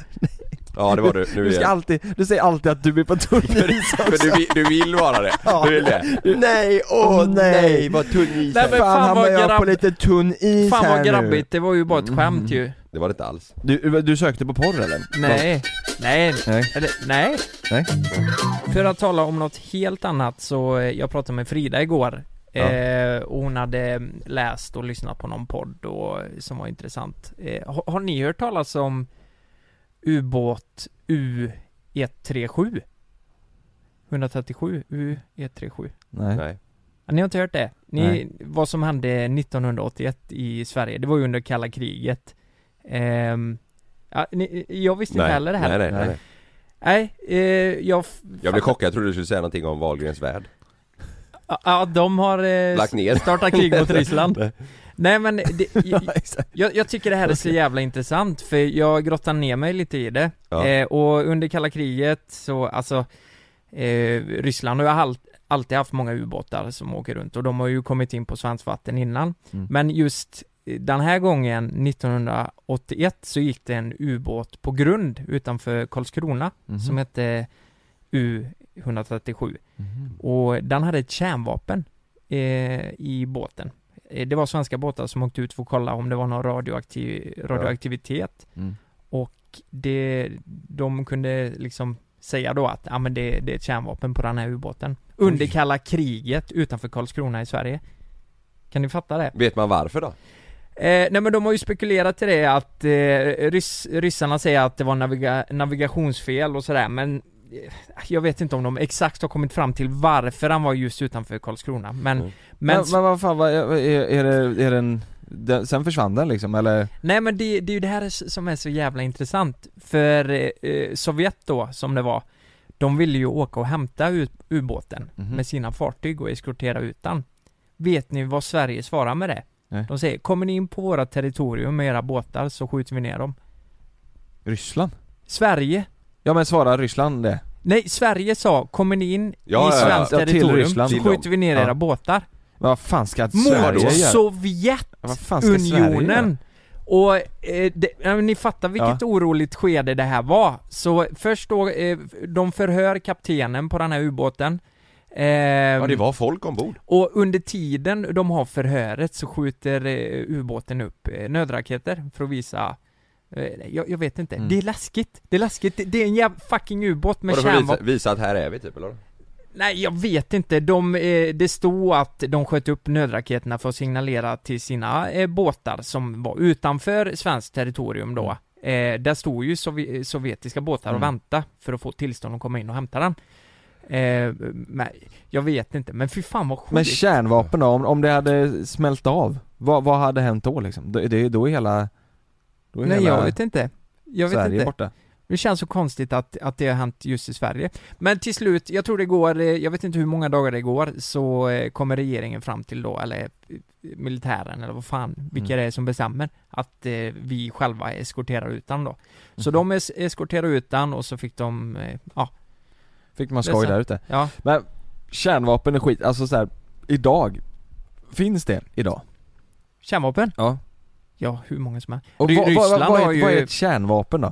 Speaker 1: Ja det var du. Nu
Speaker 2: Du, ska
Speaker 1: igen.
Speaker 2: alltid, du säger alltid att du är på turnis
Speaker 1: För du, vill- du vill vara det. Du vill det.
Speaker 2: Nej, åh nej! Vad tunn is
Speaker 3: Nej, men fan,
Speaker 2: Fan hamnar
Speaker 3: vad
Speaker 2: jag
Speaker 3: grabb-
Speaker 2: på lite tunn is
Speaker 3: Fan
Speaker 2: här
Speaker 3: vad
Speaker 2: nu. Mm.
Speaker 3: grabbigt, det var ju bara ett skämt ju.
Speaker 1: Det var det inte alls.
Speaker 2: Du, du sökte på porr eller?
Speaker 3: Nej, nej,
Speaker 2: Nej.
Speaker 3: Eller, nej.
Speaker 2: Nej.
Speaker 3: För att tala om något helt annat så, eh, jag pratade med Frida igår eh, och hon hade mm, läst och lyssnat på någon podd och, som var intressant. Eh, har, har ni hört talas om ubåt U137? 137 U137?
Speaker 2: Nej.
Speaker 1: Nej.
Speaker 3: Ja, Ni har inte hört det? Ni,
Speaker 2: Nej.
Speaker 3: vad som hände 1981 i Sverige, det var ju under kalla kriget. Ehm, ja, ni, jag visste
Speaker 1: Nej.
Speaker 3: inte heller det här.
Speaker 1: Nej, nej, nej, nej.
Speaker 3: Nej, eh, jag... f-
Speaker 1: Jag blev chockad, jag trodde du skulle säga någonting om Wahlgrens värld.
Speaker 3: Ja, ja, de har eh,
Speaker 1: Lagt ner.
Speaker 3: startat krig mot Ryssland. nej men, det, jag,
Speaker 2: exakt.
Speaker 3: jag, jag tycker det här är så jävla intressant för jag grottar ner mig lite i det.
Speaker 1: Ja.
Speaker 3: Eh, och under kalla kriget så, alltså, eh, Ryssland har ju all,
Speaker 2: Mm.
Speaker 3: alltid haft många ubåtar som åker runt och de har ju kommit in på svenskt vatten innan. Men just den här gången 1981 så gick det en ubåt på grund utanför Karlskrona
Speaker 2: Mhm.
Speaker 3: som hette U137
Speaker 2: Mhm.
Speaker 3: och den hade ett kärnvapen eh, i båten. Eh, Det var svenska båtar som åkte ut för att kolla om det var någon radioaktiv, radioaktivitet
Speaker 2: Mm.
Speaker 3: och det, de kunde liksom säga då att ja, men det, det är ett kärnvapen på den här ubåten. Under kalla kriget utanför Karlskrona i Sverige. Kan ni fatta det?
Speaker 1: Vet man varför då?
Speaker 3: Eh, nej men de har ju spekulerat i det att eh, rys- ryssarna säger att det var naviga- navigationsfel och sådär men eh, jag vet inte om de exakt har kommit fram till varför han var just utanför Karlskrona men,
Speaker 1: Mm.
Speaker 3: men,
Speaker 2: Men, men vad fan, vad, är, är det, är den, den, sen försvann den liksom eller?
Speaker 3: nej men det, det är ju det här s- som är så jävla intressant för eh, eh, Sovjet då som det var de ville ju åka och hämta u- ubåten
Speaker 2: Mhm.
Speaker 3: med sina fartyg och eskortera ut den Vet ni vad Sverige svarar med det?
Speaker 2: Nej.
Speaker 3: De säger kommer ni in på våra territorium med era båtar så skjuter vi ner dem
Speaker 2: Ryssland?
Speaker 3: Sverige
Speaker 2: Ja men svarar Ryssland det?
Speaker 3: Nej, Sverige sa, kommer ni in
Speaker 1: Ja,
Speaker 3: i
Speaker 1: ja, ja.
Speaker 3: svenskt
Speaker 2: Ja, till
Speaker 3: territorium
Speaker 2: Ryssland.
Speaker 3: så
Speaker 1: Till dem.
Speaker 3: skjuter vi ner
Speaker 2: Ja.
Speaker 3: era båtar.
Speaker 2: Men vad fan ska Sverige
Speaker 3: Mot
Speaker 2: göra? Vad fan ska Sverige göra?
Speaker 3: Sovjetunionen! Och eh, det, ja, men ni fattar vilket oroligt skede det här var. Så först då, eh, de förhör kaptenen på den här ubåten. Eh,
Speaker 1: Ja det var folk ombord
Speaker 3: Och under tiden de har förhöret så skjuter eh, ubåten upp eh, nödraketer för att visa eh, jag, jag vet inte,
Speaker 2: Mm.
Speaker 3: det är läskigt. Det är läskigt, det, det är en jävla fucking ubåt med
Speaker 1: Vadå för att
Speaker 3: kärnvapen.
Speaker 1: visa, visa att här är vi typ eller?
Speaker 3: Nej, jag vet inte. De, eh, det stod att de sköt upp nödraketerna för att signalera till sina eh, båtar som var utanför svenskt territorium då. Eh, där stod ju sovi- eh, sovjetiska båtar och
Speaker 2: Mm.
Speaker 3: väntade för att få tillstånd att komma in och hämta den. Eh, men, jag vet inte, men fy fan vad
Speaker 2: Men
Speaker 3: sjukt.
Speaker 2: kärnvapen då, om, om det hade smält av? Vad, vad hade hänt då liksom? Det, det, då är hela... Då är
Speaker 3: Nej,
Speaker 2: hela
Speaker 3: jag vet inte. Jag vet
Speaker 2: Sverige
Speaker 3: inte.
Speaker 2: borta
Speaker 3: Det känns så konstigt att, att det har hänt just i Sverige. Men till slut, jag tror det går, eh, jag vet inte hur många dagar det går, så eh, kommer regeringen fram till då, eller eh, militären eller vad fan, vilka
Speaker 2: Mm.
Speaker 3: det är som bestämmer, att eh, vi själva eskorterar ut den då. Så
Speaker 2: Mhm.
Speaker 3: de es- eskorterade ut den och så fick de, eh, ja,
Speaker 2: Fick man
Speaker 3: Det är
Speaker 2: skoj
Speaker 3: sant.
Speaker 2: där ute
Speaker 3: ja.
Speaker 2: Men kärnvapen är skit, alltså så här, idag Finns det idag?
Speaker 3: Kärnvapen?
Speaker 2: Ja
Speaker 3: Ja, hur många som är.
Speaker 2: Och
Speaker 3: Ry-
Speaker 2: vad, vad, vad,
Speaker 3: Ryssland
Speaker 2: vad, är,
Speaker 3: har ju-
Speaker 2: vad är ett kärnvapen då?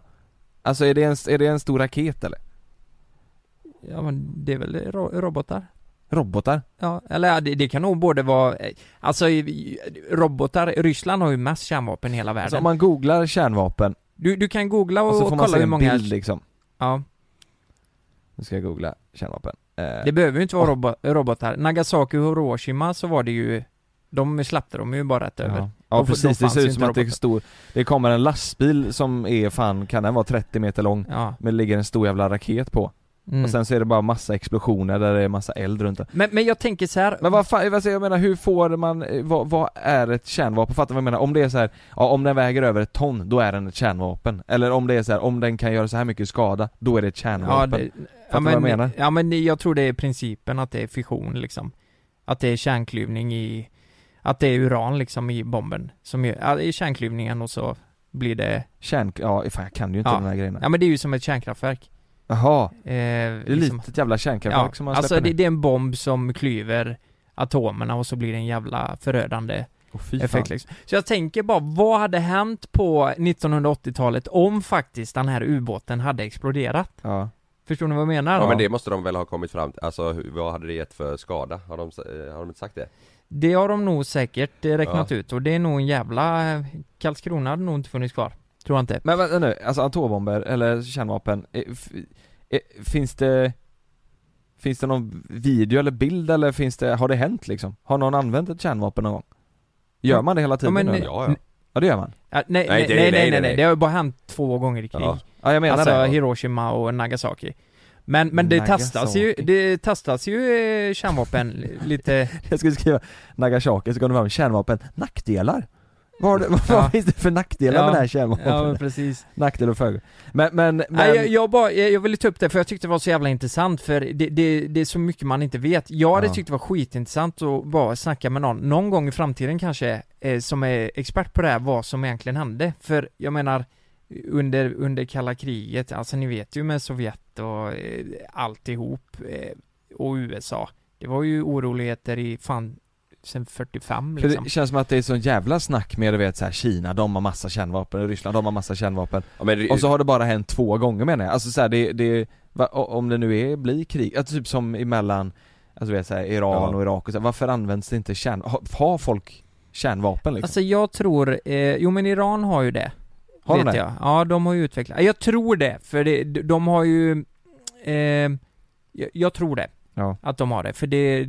Speaker 2: Alltså är det en, är det en stor raket eller?
Speaker 3: Ja men det är väl ro- robotar?
Speaker 2: Robotar?
Speaker 3: Ja, eller ja, det, det kan nog både vara, eh, alltså i- robotar, Ryssland har ju mest kärnvapen i hela världen.
Speaker 2: Alltså om man googlar kärnvapen
Speaker 3: Du, du kan googla
Speaker 2: och
Speaker 3: och,
Speaker 2: så får man
Speaker 3: kolla
Speaker 2: se
Speaker 3: hur
Speaker 2: en
Speaker 3: många...
Speaker 2: bild liksom
Speaker 3: Ja,
Speaker 2: Nu ska jag googla kärnvapen eh,
Speaker 3: det behöver ju inte vara robo robotar. Nagasaki och Hiroshima så var det ju... De släppte dem ju bara rätt över.
Speaker 2: Ja, ja
Speaker 3: Då- då
Speaker 2: precis, det
Speaker 3: fanns
Speaker 2: ser
Speaker 3: ju
Speaker 2: ut
Speaker 3: inte
Speaker 2: som att det är
Speaker 3: robotar.
Speaker 2: stor Det kommer en lastbil som är fan, kan den vara 30 meter lång?
Speaker 3: Ja.
Speaker 2: Men det ligger en stor jävla raket på
Speaker 3: Mm.
Speaker 2: Och sen så är det bara massa explosioner där det är massa eld runt det.
Speaker 3: men, men jag tänker så här.
Speaker 2: Men vad fan, alltså jag menar hur får man, eh, vad, vad är ett kärnvapen? Fattar vad jag menar? Om det är så här, ja om den väger över ett ton, då är den ett kärnvapen. Eller om det är så här, om den kan göra så här mycket skada, då är det ett
Speaker 3: ja,
Speaker 2: kärnvapen.
Speaker 3: det,
Speaker 2: vad
Speaker 3: ja,
Speaker 2: jag menar?
Speaker 3: men, ja men jag tror det är principen att det är fission liksom. Att det är kärnklyvning i... Att det är uran liksom i bomben. Som ju, ja, det är kärnklyvningen och så blir det...
Speaker 2: Kärn, ja fan jag kan ju inte
Speaker 3: Ja.
Speaker 2: de här grejerna.
Speaker 3: Ja men det är ju som ett kärnkraftverk.
Speaker 2: Jaha,
Speaker 3: Eh,
Speaker 2: det är
Speaker 3: liksom-
Speaker 2: litet jävla kärnkraftverk som man släpper
Speaker 3: alltså det,
Speaker 2: ner.
Speaker 3: det är en bomb som klyver atomerna och så blir det en jävla förödande
Speaker 2: Åh, fy fan.
Speaker 3: effekt liksom. Så jag tänker bara, vad hade hänt på 1980-talet om faktiskt den här ubåten hade exploderat?
Speaker 2: Ja.
Speaker 3: Förstår ni vad jag menar?
Speaker 1: Ja, men det måste de väl ha kommit fram till, alltså hur- vad hade det gett för skada? Har de, eh, har de inte sagt det?
Speaker 3: Det har de nog säkert eh, räknat ut och det är nog en jävla... eh, Karlskrona hade nog inte funnits kvar. Tror jag inte.
Speaker 2: Men vänta nu, alltså atombomber eller kärnvapen, eh, f- eh, finns det Finns det någon video eller bild eller finns det, har det hänt liksom? Har någon använt ett kärnvapen någon gång? Gör man det hela tiden
Speaker 3: men-
Speaker 2: nu?
Speaker 1: Ja ja,
Speaker 2: Ja det gör man.
Speaker 3: Ja, nej,
Speaker 1: Nej,
Speaker 3: nej,
Speaker 1: det-
Speaker 3: nej, nej,
Speaker 1: nej,
Speaker 3: nej,
Speaker 1: nej.
Speaker 3: Det har ju bara hänt två gånger i krig.
Speaker 1: Ja.
Speaker 2: Ja jag menar
Speaker 3: alltså
Speaker 2: det.
Speaker 3: Hiroshima och Nagasaki. Men, men det
Speaker 2: Nagasaki.
Speaker 3: testas ju, det testas ju eh, kärnvapen lite
Speaker 2: Jag skulle skriva Nagasaki så kom det fram kärnvapen, nackdelar. Vad, har det- vad
Speaker 3: Ja.
Speaker 2: finns det för nackdelar
Speaker 3: Ja.
Speaker 2: med det här kärnvapnet?
Speaker 3: Ja men precis.
Speaker 2: Nackdel och fördelar. Men, men, men
Speaker 3: Nej, jag, jag, bara, jag, jag ville ta upp det för jag tyckte det var så jävla intressant för det, det, det är så mycket man inte vet. Jag hade
Speaker 2: Ja.
Speaker 3: tyckt det var skitintressant att bara snacka med någon, någon gång i framtiden kanske, eh, som är expert på det här, vad som egentligen hände. För jag menar, under, under kalla kriget, alltså ni vet ju med Sovjet och eh, alltihop, eh, och USA. Det var ju oroligheter i fan sen 45
Speaker 2: För
Speaker 3: liksom.
Speaker 2: det känns som att det är sån jävla snack med du vet så här, Kina, de har massa kärnvapen, Ryssland, de har massa kärnvapen
Speaker 1: Ja, men,
Speaker 2: Och så har det bara hänt två gånger menar jag, alltså så här, det, det, va, o- om det nu är, blir krig, alltså, typ som emellan, alltså du vet så här, Iran
Speaker 1: Ja.
Speaker 2: och Irak och så här, varför används det inte kärn, har, har folk kärnvapen liksom?
Speaker 3: Alltså jag tror, eh, jo men Iran har ju det.
Speaker 2: Har de
Speaker 3: vet
Speaker 2: det?
Speaker 3: Jag. Ja, de har ju utvecklat, jag tror det, för det, de har ju, eh, jag, jag tror det.
Speaker 2: Ja.
Speaker 3: Att de har det, för det,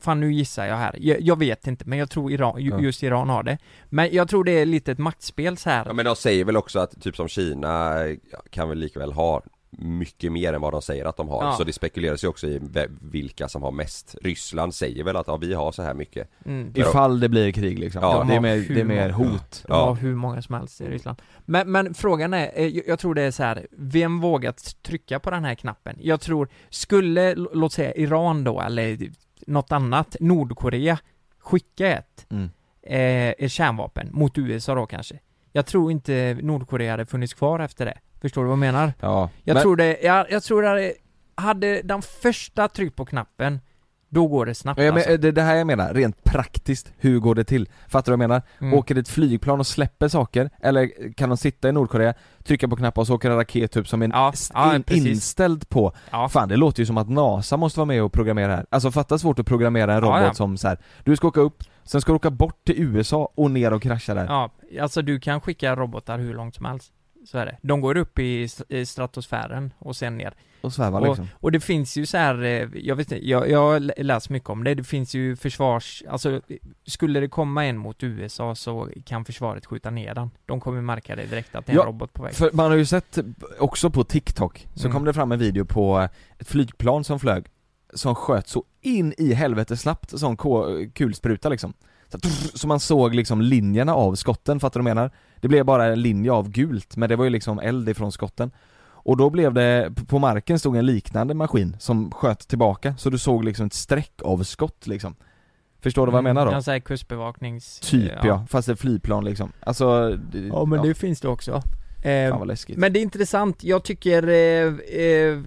Speaker 3: fan nu gissar jag här. Jag, jag vet inte, men jag tror Iran, ju-
Speaker 2: Ja.
Speaker 3: just Iran har det. Men jag tror det är lite ett maktspel så här.
Speaker 1: Ja men de säger väl också att typ som Kina eh, kan väl likväl ha mycket mer än vad de säger att de har.
Speaker 3: Ja.
Speaker 1: Så det spekuleras ju också i ve- vilka som har mest. Ryssland säger väl att ja, vi har så här mycket.
Speaker 3: Mm.
Speaker 2: Ifall det blir krig liksom,
Speaker 1: Ja.
Speaker 2: ja, det, är
Speaker 3: De har
Speaker 2: mer, det är mer
Speaker 3: humor.
Speaker 2: hot
Speaker 3: De har hur många som helst i Ryssland. Men, men frågan är, eh, jag, jag tror det är så här, vem vågar t- trycka på den här knappen? Jag tror, skulle, l- låt säga Iran då, eller något annat, Nordkorea, skicka ett,
Speaker 2: Mm.
Speaker 3: eh, ett kärnvapen mot USA då kanske. Jag tror inte Nordkorea hade funnits kvar efter det. Förstår du vad jag menar?
Speaker 2: Ja,
Speaker 3: Jag
Speaker 2: men,
Speaker 3: tror det, jag, jag tror det hade, hade den första tryck på knappen, då går det snabbt
Speaker 2: Ja, jag men, eh,
Speaker 3: alltså.
Speaker 2: det, det här jag menar, rent praktiskt, hur går det till? Fattar du vad jag menar?
Speaker 3: Mm.
Speaker 2: Åker det ett flygplan och släpper saker? Eller kan de sitta i Nordkorea, trycka på knappar och så åker en raket upp som en
Speaker 3: Ja,
Speaker 2: s-
Speaker 3: ja,
Speaker 2: in,
Speaker 3: precis.
Speaker 2: inställd på?
Speaker 3: Ja.
Speaker 2: Fan det låter ju som att NASA måste vara med och programmera det här. Alltså fatta svårt att programmera en
Speaker 3: Ja,
Speaker 2: robot
Speaker 3: ja.
Speaker 2: som så här. du ska åka upp, sen ska du åka bort till USA och ner och krascha där.
Speaker 3: Ja, alltså du kan skicka robotar hur långt som helst. Så är det. De går upp i s- i stratosfären och sen ner.
Speaker 2: Och sväva
Speaker 3: och,
Speaker 2: liksom.
Speaker 3: och det finns ju så här, eh, jag vet inte, jag, jag har lä- läst mycket om det, det finns ju försvars, alltså skulle det komma en mot USA så kan försvaret skjuta ner den. De kommer märka det direkt att det är en
Speaker 2: Ja,
Speaker 3: robot på väg.
Speaker 2: För man har ju sett också på TikTok, så
Speaker 3: Mm.
Speaker 2: kom det fram en video på ett flygplan som flög Som sköt så in i helvete snabbt som k- kulspruta liksom så, att- så man såg liksom linjerna av skotten, fattar du vad jag menar? Det blev bara en linje av gult, men det var ju liksom eld ifrån skotten Och då blev det, på marken stod en liknande maskin som sköt tillbaka, så du såg liksom ett streck av skott liksom Förstår du vad jag menar då?
Speaker 3: Jag Mm, säger kustbevaknings...
Speaker 2: Typ ja. fast ett flygplan liksom Alltså, det-
Speaker 3: Ja men det finns det också. Eh,
Speaker 2: Fan vad läskigt
Speaker 3: Men det är intressant, jag tycker eh, eh,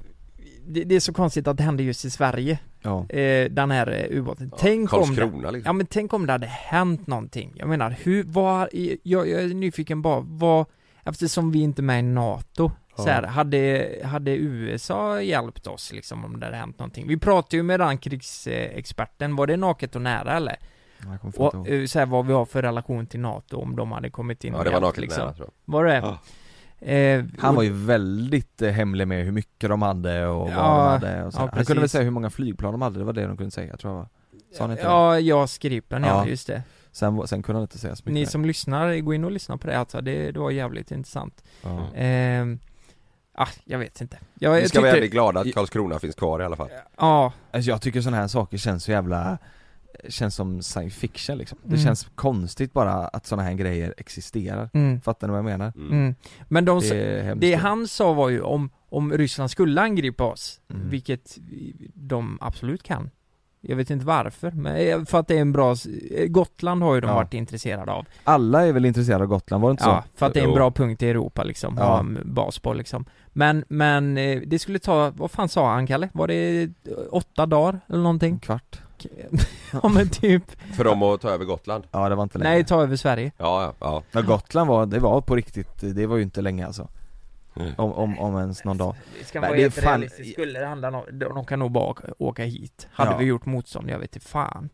Speaker 3: det, det är så konstigt att det händer just i Sverige,
Speaker 2: ja.
Speaker 3: eh, den här eh, ubåten. tänk om det,
Speaker 1: Karlskrona
Speaker 3: Ja
Speaker 1: liksom.
Speaker 3: men tänk om det hade hänt någonting. Jag menar, hur, vad, jag, jag är nyfiken bara, vad, eftersom vi inte är med i NATO, så här, hade, hade USA hjälpt oss liksom om det hade hänt någonting? Vi pratade ju med den krigsexperten, var det naket och nära eller?
Speaker 2: Jag kommer fan inte
Speaker 3: Och,
Speaker 2: ihåg.
Speaker 3: eh, så här, vad vi har för relation till NATO om de hade kommit in
Speaker 1: Ja,
Speaker 3: och
Speaker 1: det var
Speaker 3: hjälpt, liksom.
Speaker 1: naket nära Ah. tror jag.
Speaker 3: Var det?
Speaker 1: Ja.
Speaker 3: Eh,
Speaker 2: Han
Speaker 3: och-
Speaker 2: var ju väldigt eh, hemlig med hur mycket de hade och vad
Speaker 3: Ja,
Speaker 2: de hade och så.
Speaker 3: ja,
Speaker 2: Han kunde väl
Speaker 3: precis.
Speaker 2: säga hur många flygplan de hade, det var det de kunde säga, jag tror jag var. Sa han inte det?
Speaker 3: Ja, JAS Gripen ja,
Speaker 2: Ja.
Speaker 3: just det.
Speaker 2: Sen, sen kunde han inte säga så mycket
Speaker 3: Ni
Speaker 2: mer.
Speaker 3: som lyssnar, gå in och lyssna på det alltså, det, det var jävligt intressant.
Speaker 2: ja.
Speaker 3: Ehm, ah, jag vet inte. Jag,
Speaker 1: Vi
Speaker 3: jag
Speaker 1: ska vara
Speaker 3: tyckte-
Speaker 1: väldigt glada att Karlskrona finns kvar i alla fall.
Speaker 3: Ja,
Speaker 2: alltså, jag tycker sådana här saker känns så jävla Känns som science fiction liksom. Det
Speaker 3: Mm.
Speaker 2: känns konstigt bara att sådana här grejer existerar.
Speaker 3: mm,
Speaker 2: Fattar ni vad jag menar?
Speaker 3: mm. Men de, det,
Speaker 2: Det är hemskt.
Speaker 3: det han sa var ju om, om Ryssland skulle angripa oss,
Speaker 2: Mm.
Speaker 3: vilket de absolut kan. Jag vet inte varför, men eh, för att det är en bra, s- eh, Gotland har ju de
Speaker 2: Ja.
Speaker 3: varit intresserade av.
Speaker 2: Alla är väl intresserade av Gotland, var det inte
Speaker 3: Ja,
Speaker 2: så?
Speaker 3: för att det är en
Speaker 1: Jo.
Speaker 3: bra punkt i Europa liksom,
Speaker 2: Ja.
Speaker 3: ha en bas på liksom. Men, men eh, det skulle ta, vad fan sa han Kalle? Var det eh, åtta dagar eller
Speaker 2: En
Speaker 3: någonting?
Speaker 2: kvart?
Speaker 3: eh, ja men typ,
Speaker 1: För dem att ta över Gotland.
Speaker 2: Ja det var inte länge.
Speaker 3: nej ta över Sverige.
Speaker 1: Ja, ja, ja.
Speaker 2: Ja, Gotland var, det var på riktigt, det var ju inte länge alltså.
Speaker 1: Mm.
Speaker 2: Om, om, om ens någon dag.
Speaker 3: Ska
Speaker 2: Nej,
Speaker 3: vara
Speaker 2: det är
Speaker 3: helt
Speaker 2: fan-
Speaker 3: realistisk, skulle det handla om, de de kan nog bara åka- åka hit. Hade
Speaker 2: Ja.
Speaker 3: vi gjort motstånd, jag vet inte fan.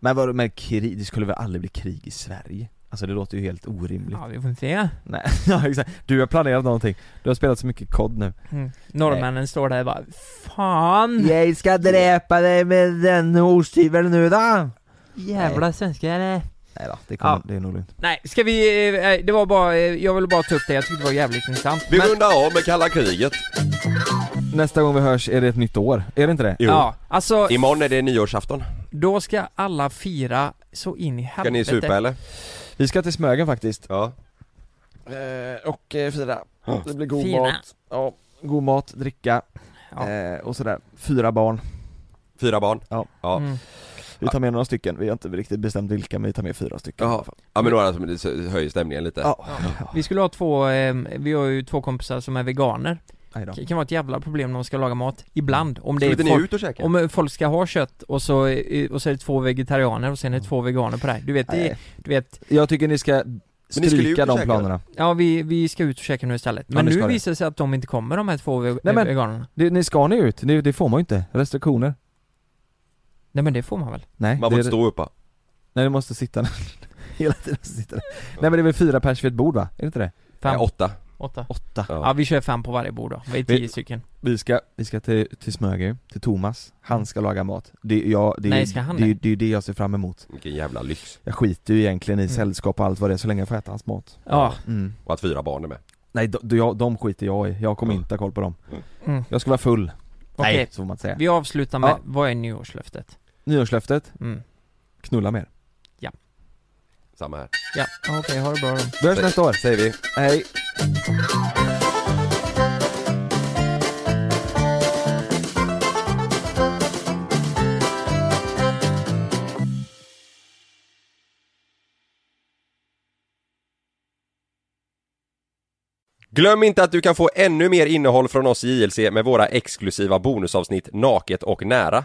Speaker 2: Men vadå med krig? Det skulle väl aldrig bli krig i Sverige? Alltså det låter ju helt orimligt.
Speaker 3: Ja, vi får se.
Speaker 2: Nej, ja exakt. Du har planerat någonting. Du har spelat så mycket kod nu.
Speaker 3: Mm. Norrmännen står där och bara, fan!
Speaker 2: Jag ska dräpa dig med den osthyveln nu då!
Speaker 3: Jävla svenskar.
Speaker 2: Nej då, det, kommer,
Speaker 3: Ja.
Speaker 2: det är nog lugnt.
Speaker 3: Nej, ska vi, eh, eh, det var bara, eh, jag ville bara ta upp det, jag tyckte det var jävligt intressant.
Speaker 1: Vi rundar av med kalla kriget.
Speaker 2: Nästa gång vi hörs är det ett nytt år, är det inte det?
Speaker 1: Jo.
Speaker 3: Ja, alltså
Speaker 1: Imorgon är det nyårsafton.
Speaker 3: då ska alla fira så in i
Speaker 1: Ska ni
Speaker 3: helvete.
Speaker 1: supa eller?
Speaker 2: Vi ska till Smögen faktiskt.
Speaker 1: Ja.
Speaker 2: Eh, och fira. Det blir god
Speaker 3: Fina.
Speaker 2: mat. Ja, god mat, dricka eh,
Speaker 3: Ja.
Speaker 2: och sådär. Fyra barn.
Speaker 1: Fyra barn.
Speaker 2: Ja.
Speaker 1: ja.
Speaker 3: Mm.
Speaker 2: Vi tar med några stycken, vi har inte riktigt bestämt vilka men vi tar med fyra stycken.
Speaker 1: Ja. Ja men några som höjer stämningen lite.
Speaker 2: Ja.
Speaker 3: Vi skulle ha två, eh, vi har ju två kompisar som är veganer
Speaker 2: Aj då.
Speaker 3: Det kan vara ett jävla problem när man ska laga mat, ibland. Om det
Speaker 1: Skulle
Speaker 3: är
Speaker 1: inte ni
Speaker 3: folk,
Speaker 1: ut och käka?
Speaker 3: om eh, folk ska ha kött och så, eh, och så är det två vegetarianer och sen
Speaker 2: Mm.
Speaker 3: är det två veganer på det här. Du vet, det, är-
Speaker 2: Nej.
Speaker 3: du vet,
Speaker 2: Jag tycker ni ska
Speaker 1: skulle ju
Speaker 2: stryka de
Speaker 1: käka.
Speaker 2: planerna.
Speaker 3: ja vi, vi ska ut och käka nu istället.
Speaker 2: Ja,
Speaker 3: Men
Speaker 2: ni
Speaker 3: nu
Speaker 2: ska det.
Speaker 3: visar det sig att de inte kommer de här två ve-
Speaker 2: Nej, men-
Speaker 3: veganerna.
Speaker 2: Det, ni ska ni ut, det, det får man ju inte. Restriktioner.
Speaker 3: Nej men det får man väl?
Speaker 2: Nej,
Speaker 1: Man
Speaker 2: det,
Speaker 1: får inte stå upp va?
Speaker 2: nej du måste sitta ner. Hela tiden måste sitta ner. Nej men det är väl fyra pers vid ett bord va? Är det inte det?
Speaker 3: Fem?
Speaker 1: Nej, åtta
Speaker 3: åtta.
Speaker 2: Åtta.
Speaker 1: Ja.
Speaker 3: Ja vi kör fem på varje bord då, vi är
Speaker 2: Vi-
Speaker 3: tio stycken.
Speaker 2: Vi ska, vi ska till, till Smögen, till Thomas. Han ska laga mat. Det, jag, det, är-
Speaker 3: Nej, ska han
Speaker 2: det, är-
Speaker 3: det?
Speaker 2: det är ju det jag ser fram emot.
Speaker 1: Vilken jävla lyx
Speaker 2: Jag skiter ju egentligen i
Speaker 3: Mm.
Speaker 2: sällskap och allt vad det är så länge jag får äta hans mat.
Speaker 3: Ja.
Speaker 2: Mm.
Speaker 1: Och att fyra barn är med
Speaker 2: Nej, de, de, jag- de skiter jag i. Jag kommer inte ha koll på dem.
Speaker 3: Mm.
Speaker 2: Jag ska vara full.
Speaker 3: Okej.
Speaker 2: Nej, så får man inte säga.
Speaker 3: Vi avslutar med,
Speaker 2: Ja.
Speaker 3: vad är nyårslöftet?
Speaker 2: Nyårslöftet,
Speaker 3: Mm.
Speaker 2: knulla mer.
Speaker 1: Samma här
Speaker 3: Ja, okej, ha det bra då.
Speaker 2: Vi hörs nästa år.
Speaker 1: Säger vi
Speaker 2: Hej.
Speaker 1: Glöm inte att du kan få ännu mer innehåll från oss i JLC med våra exklusiva bonusavsnitt Naket och nära.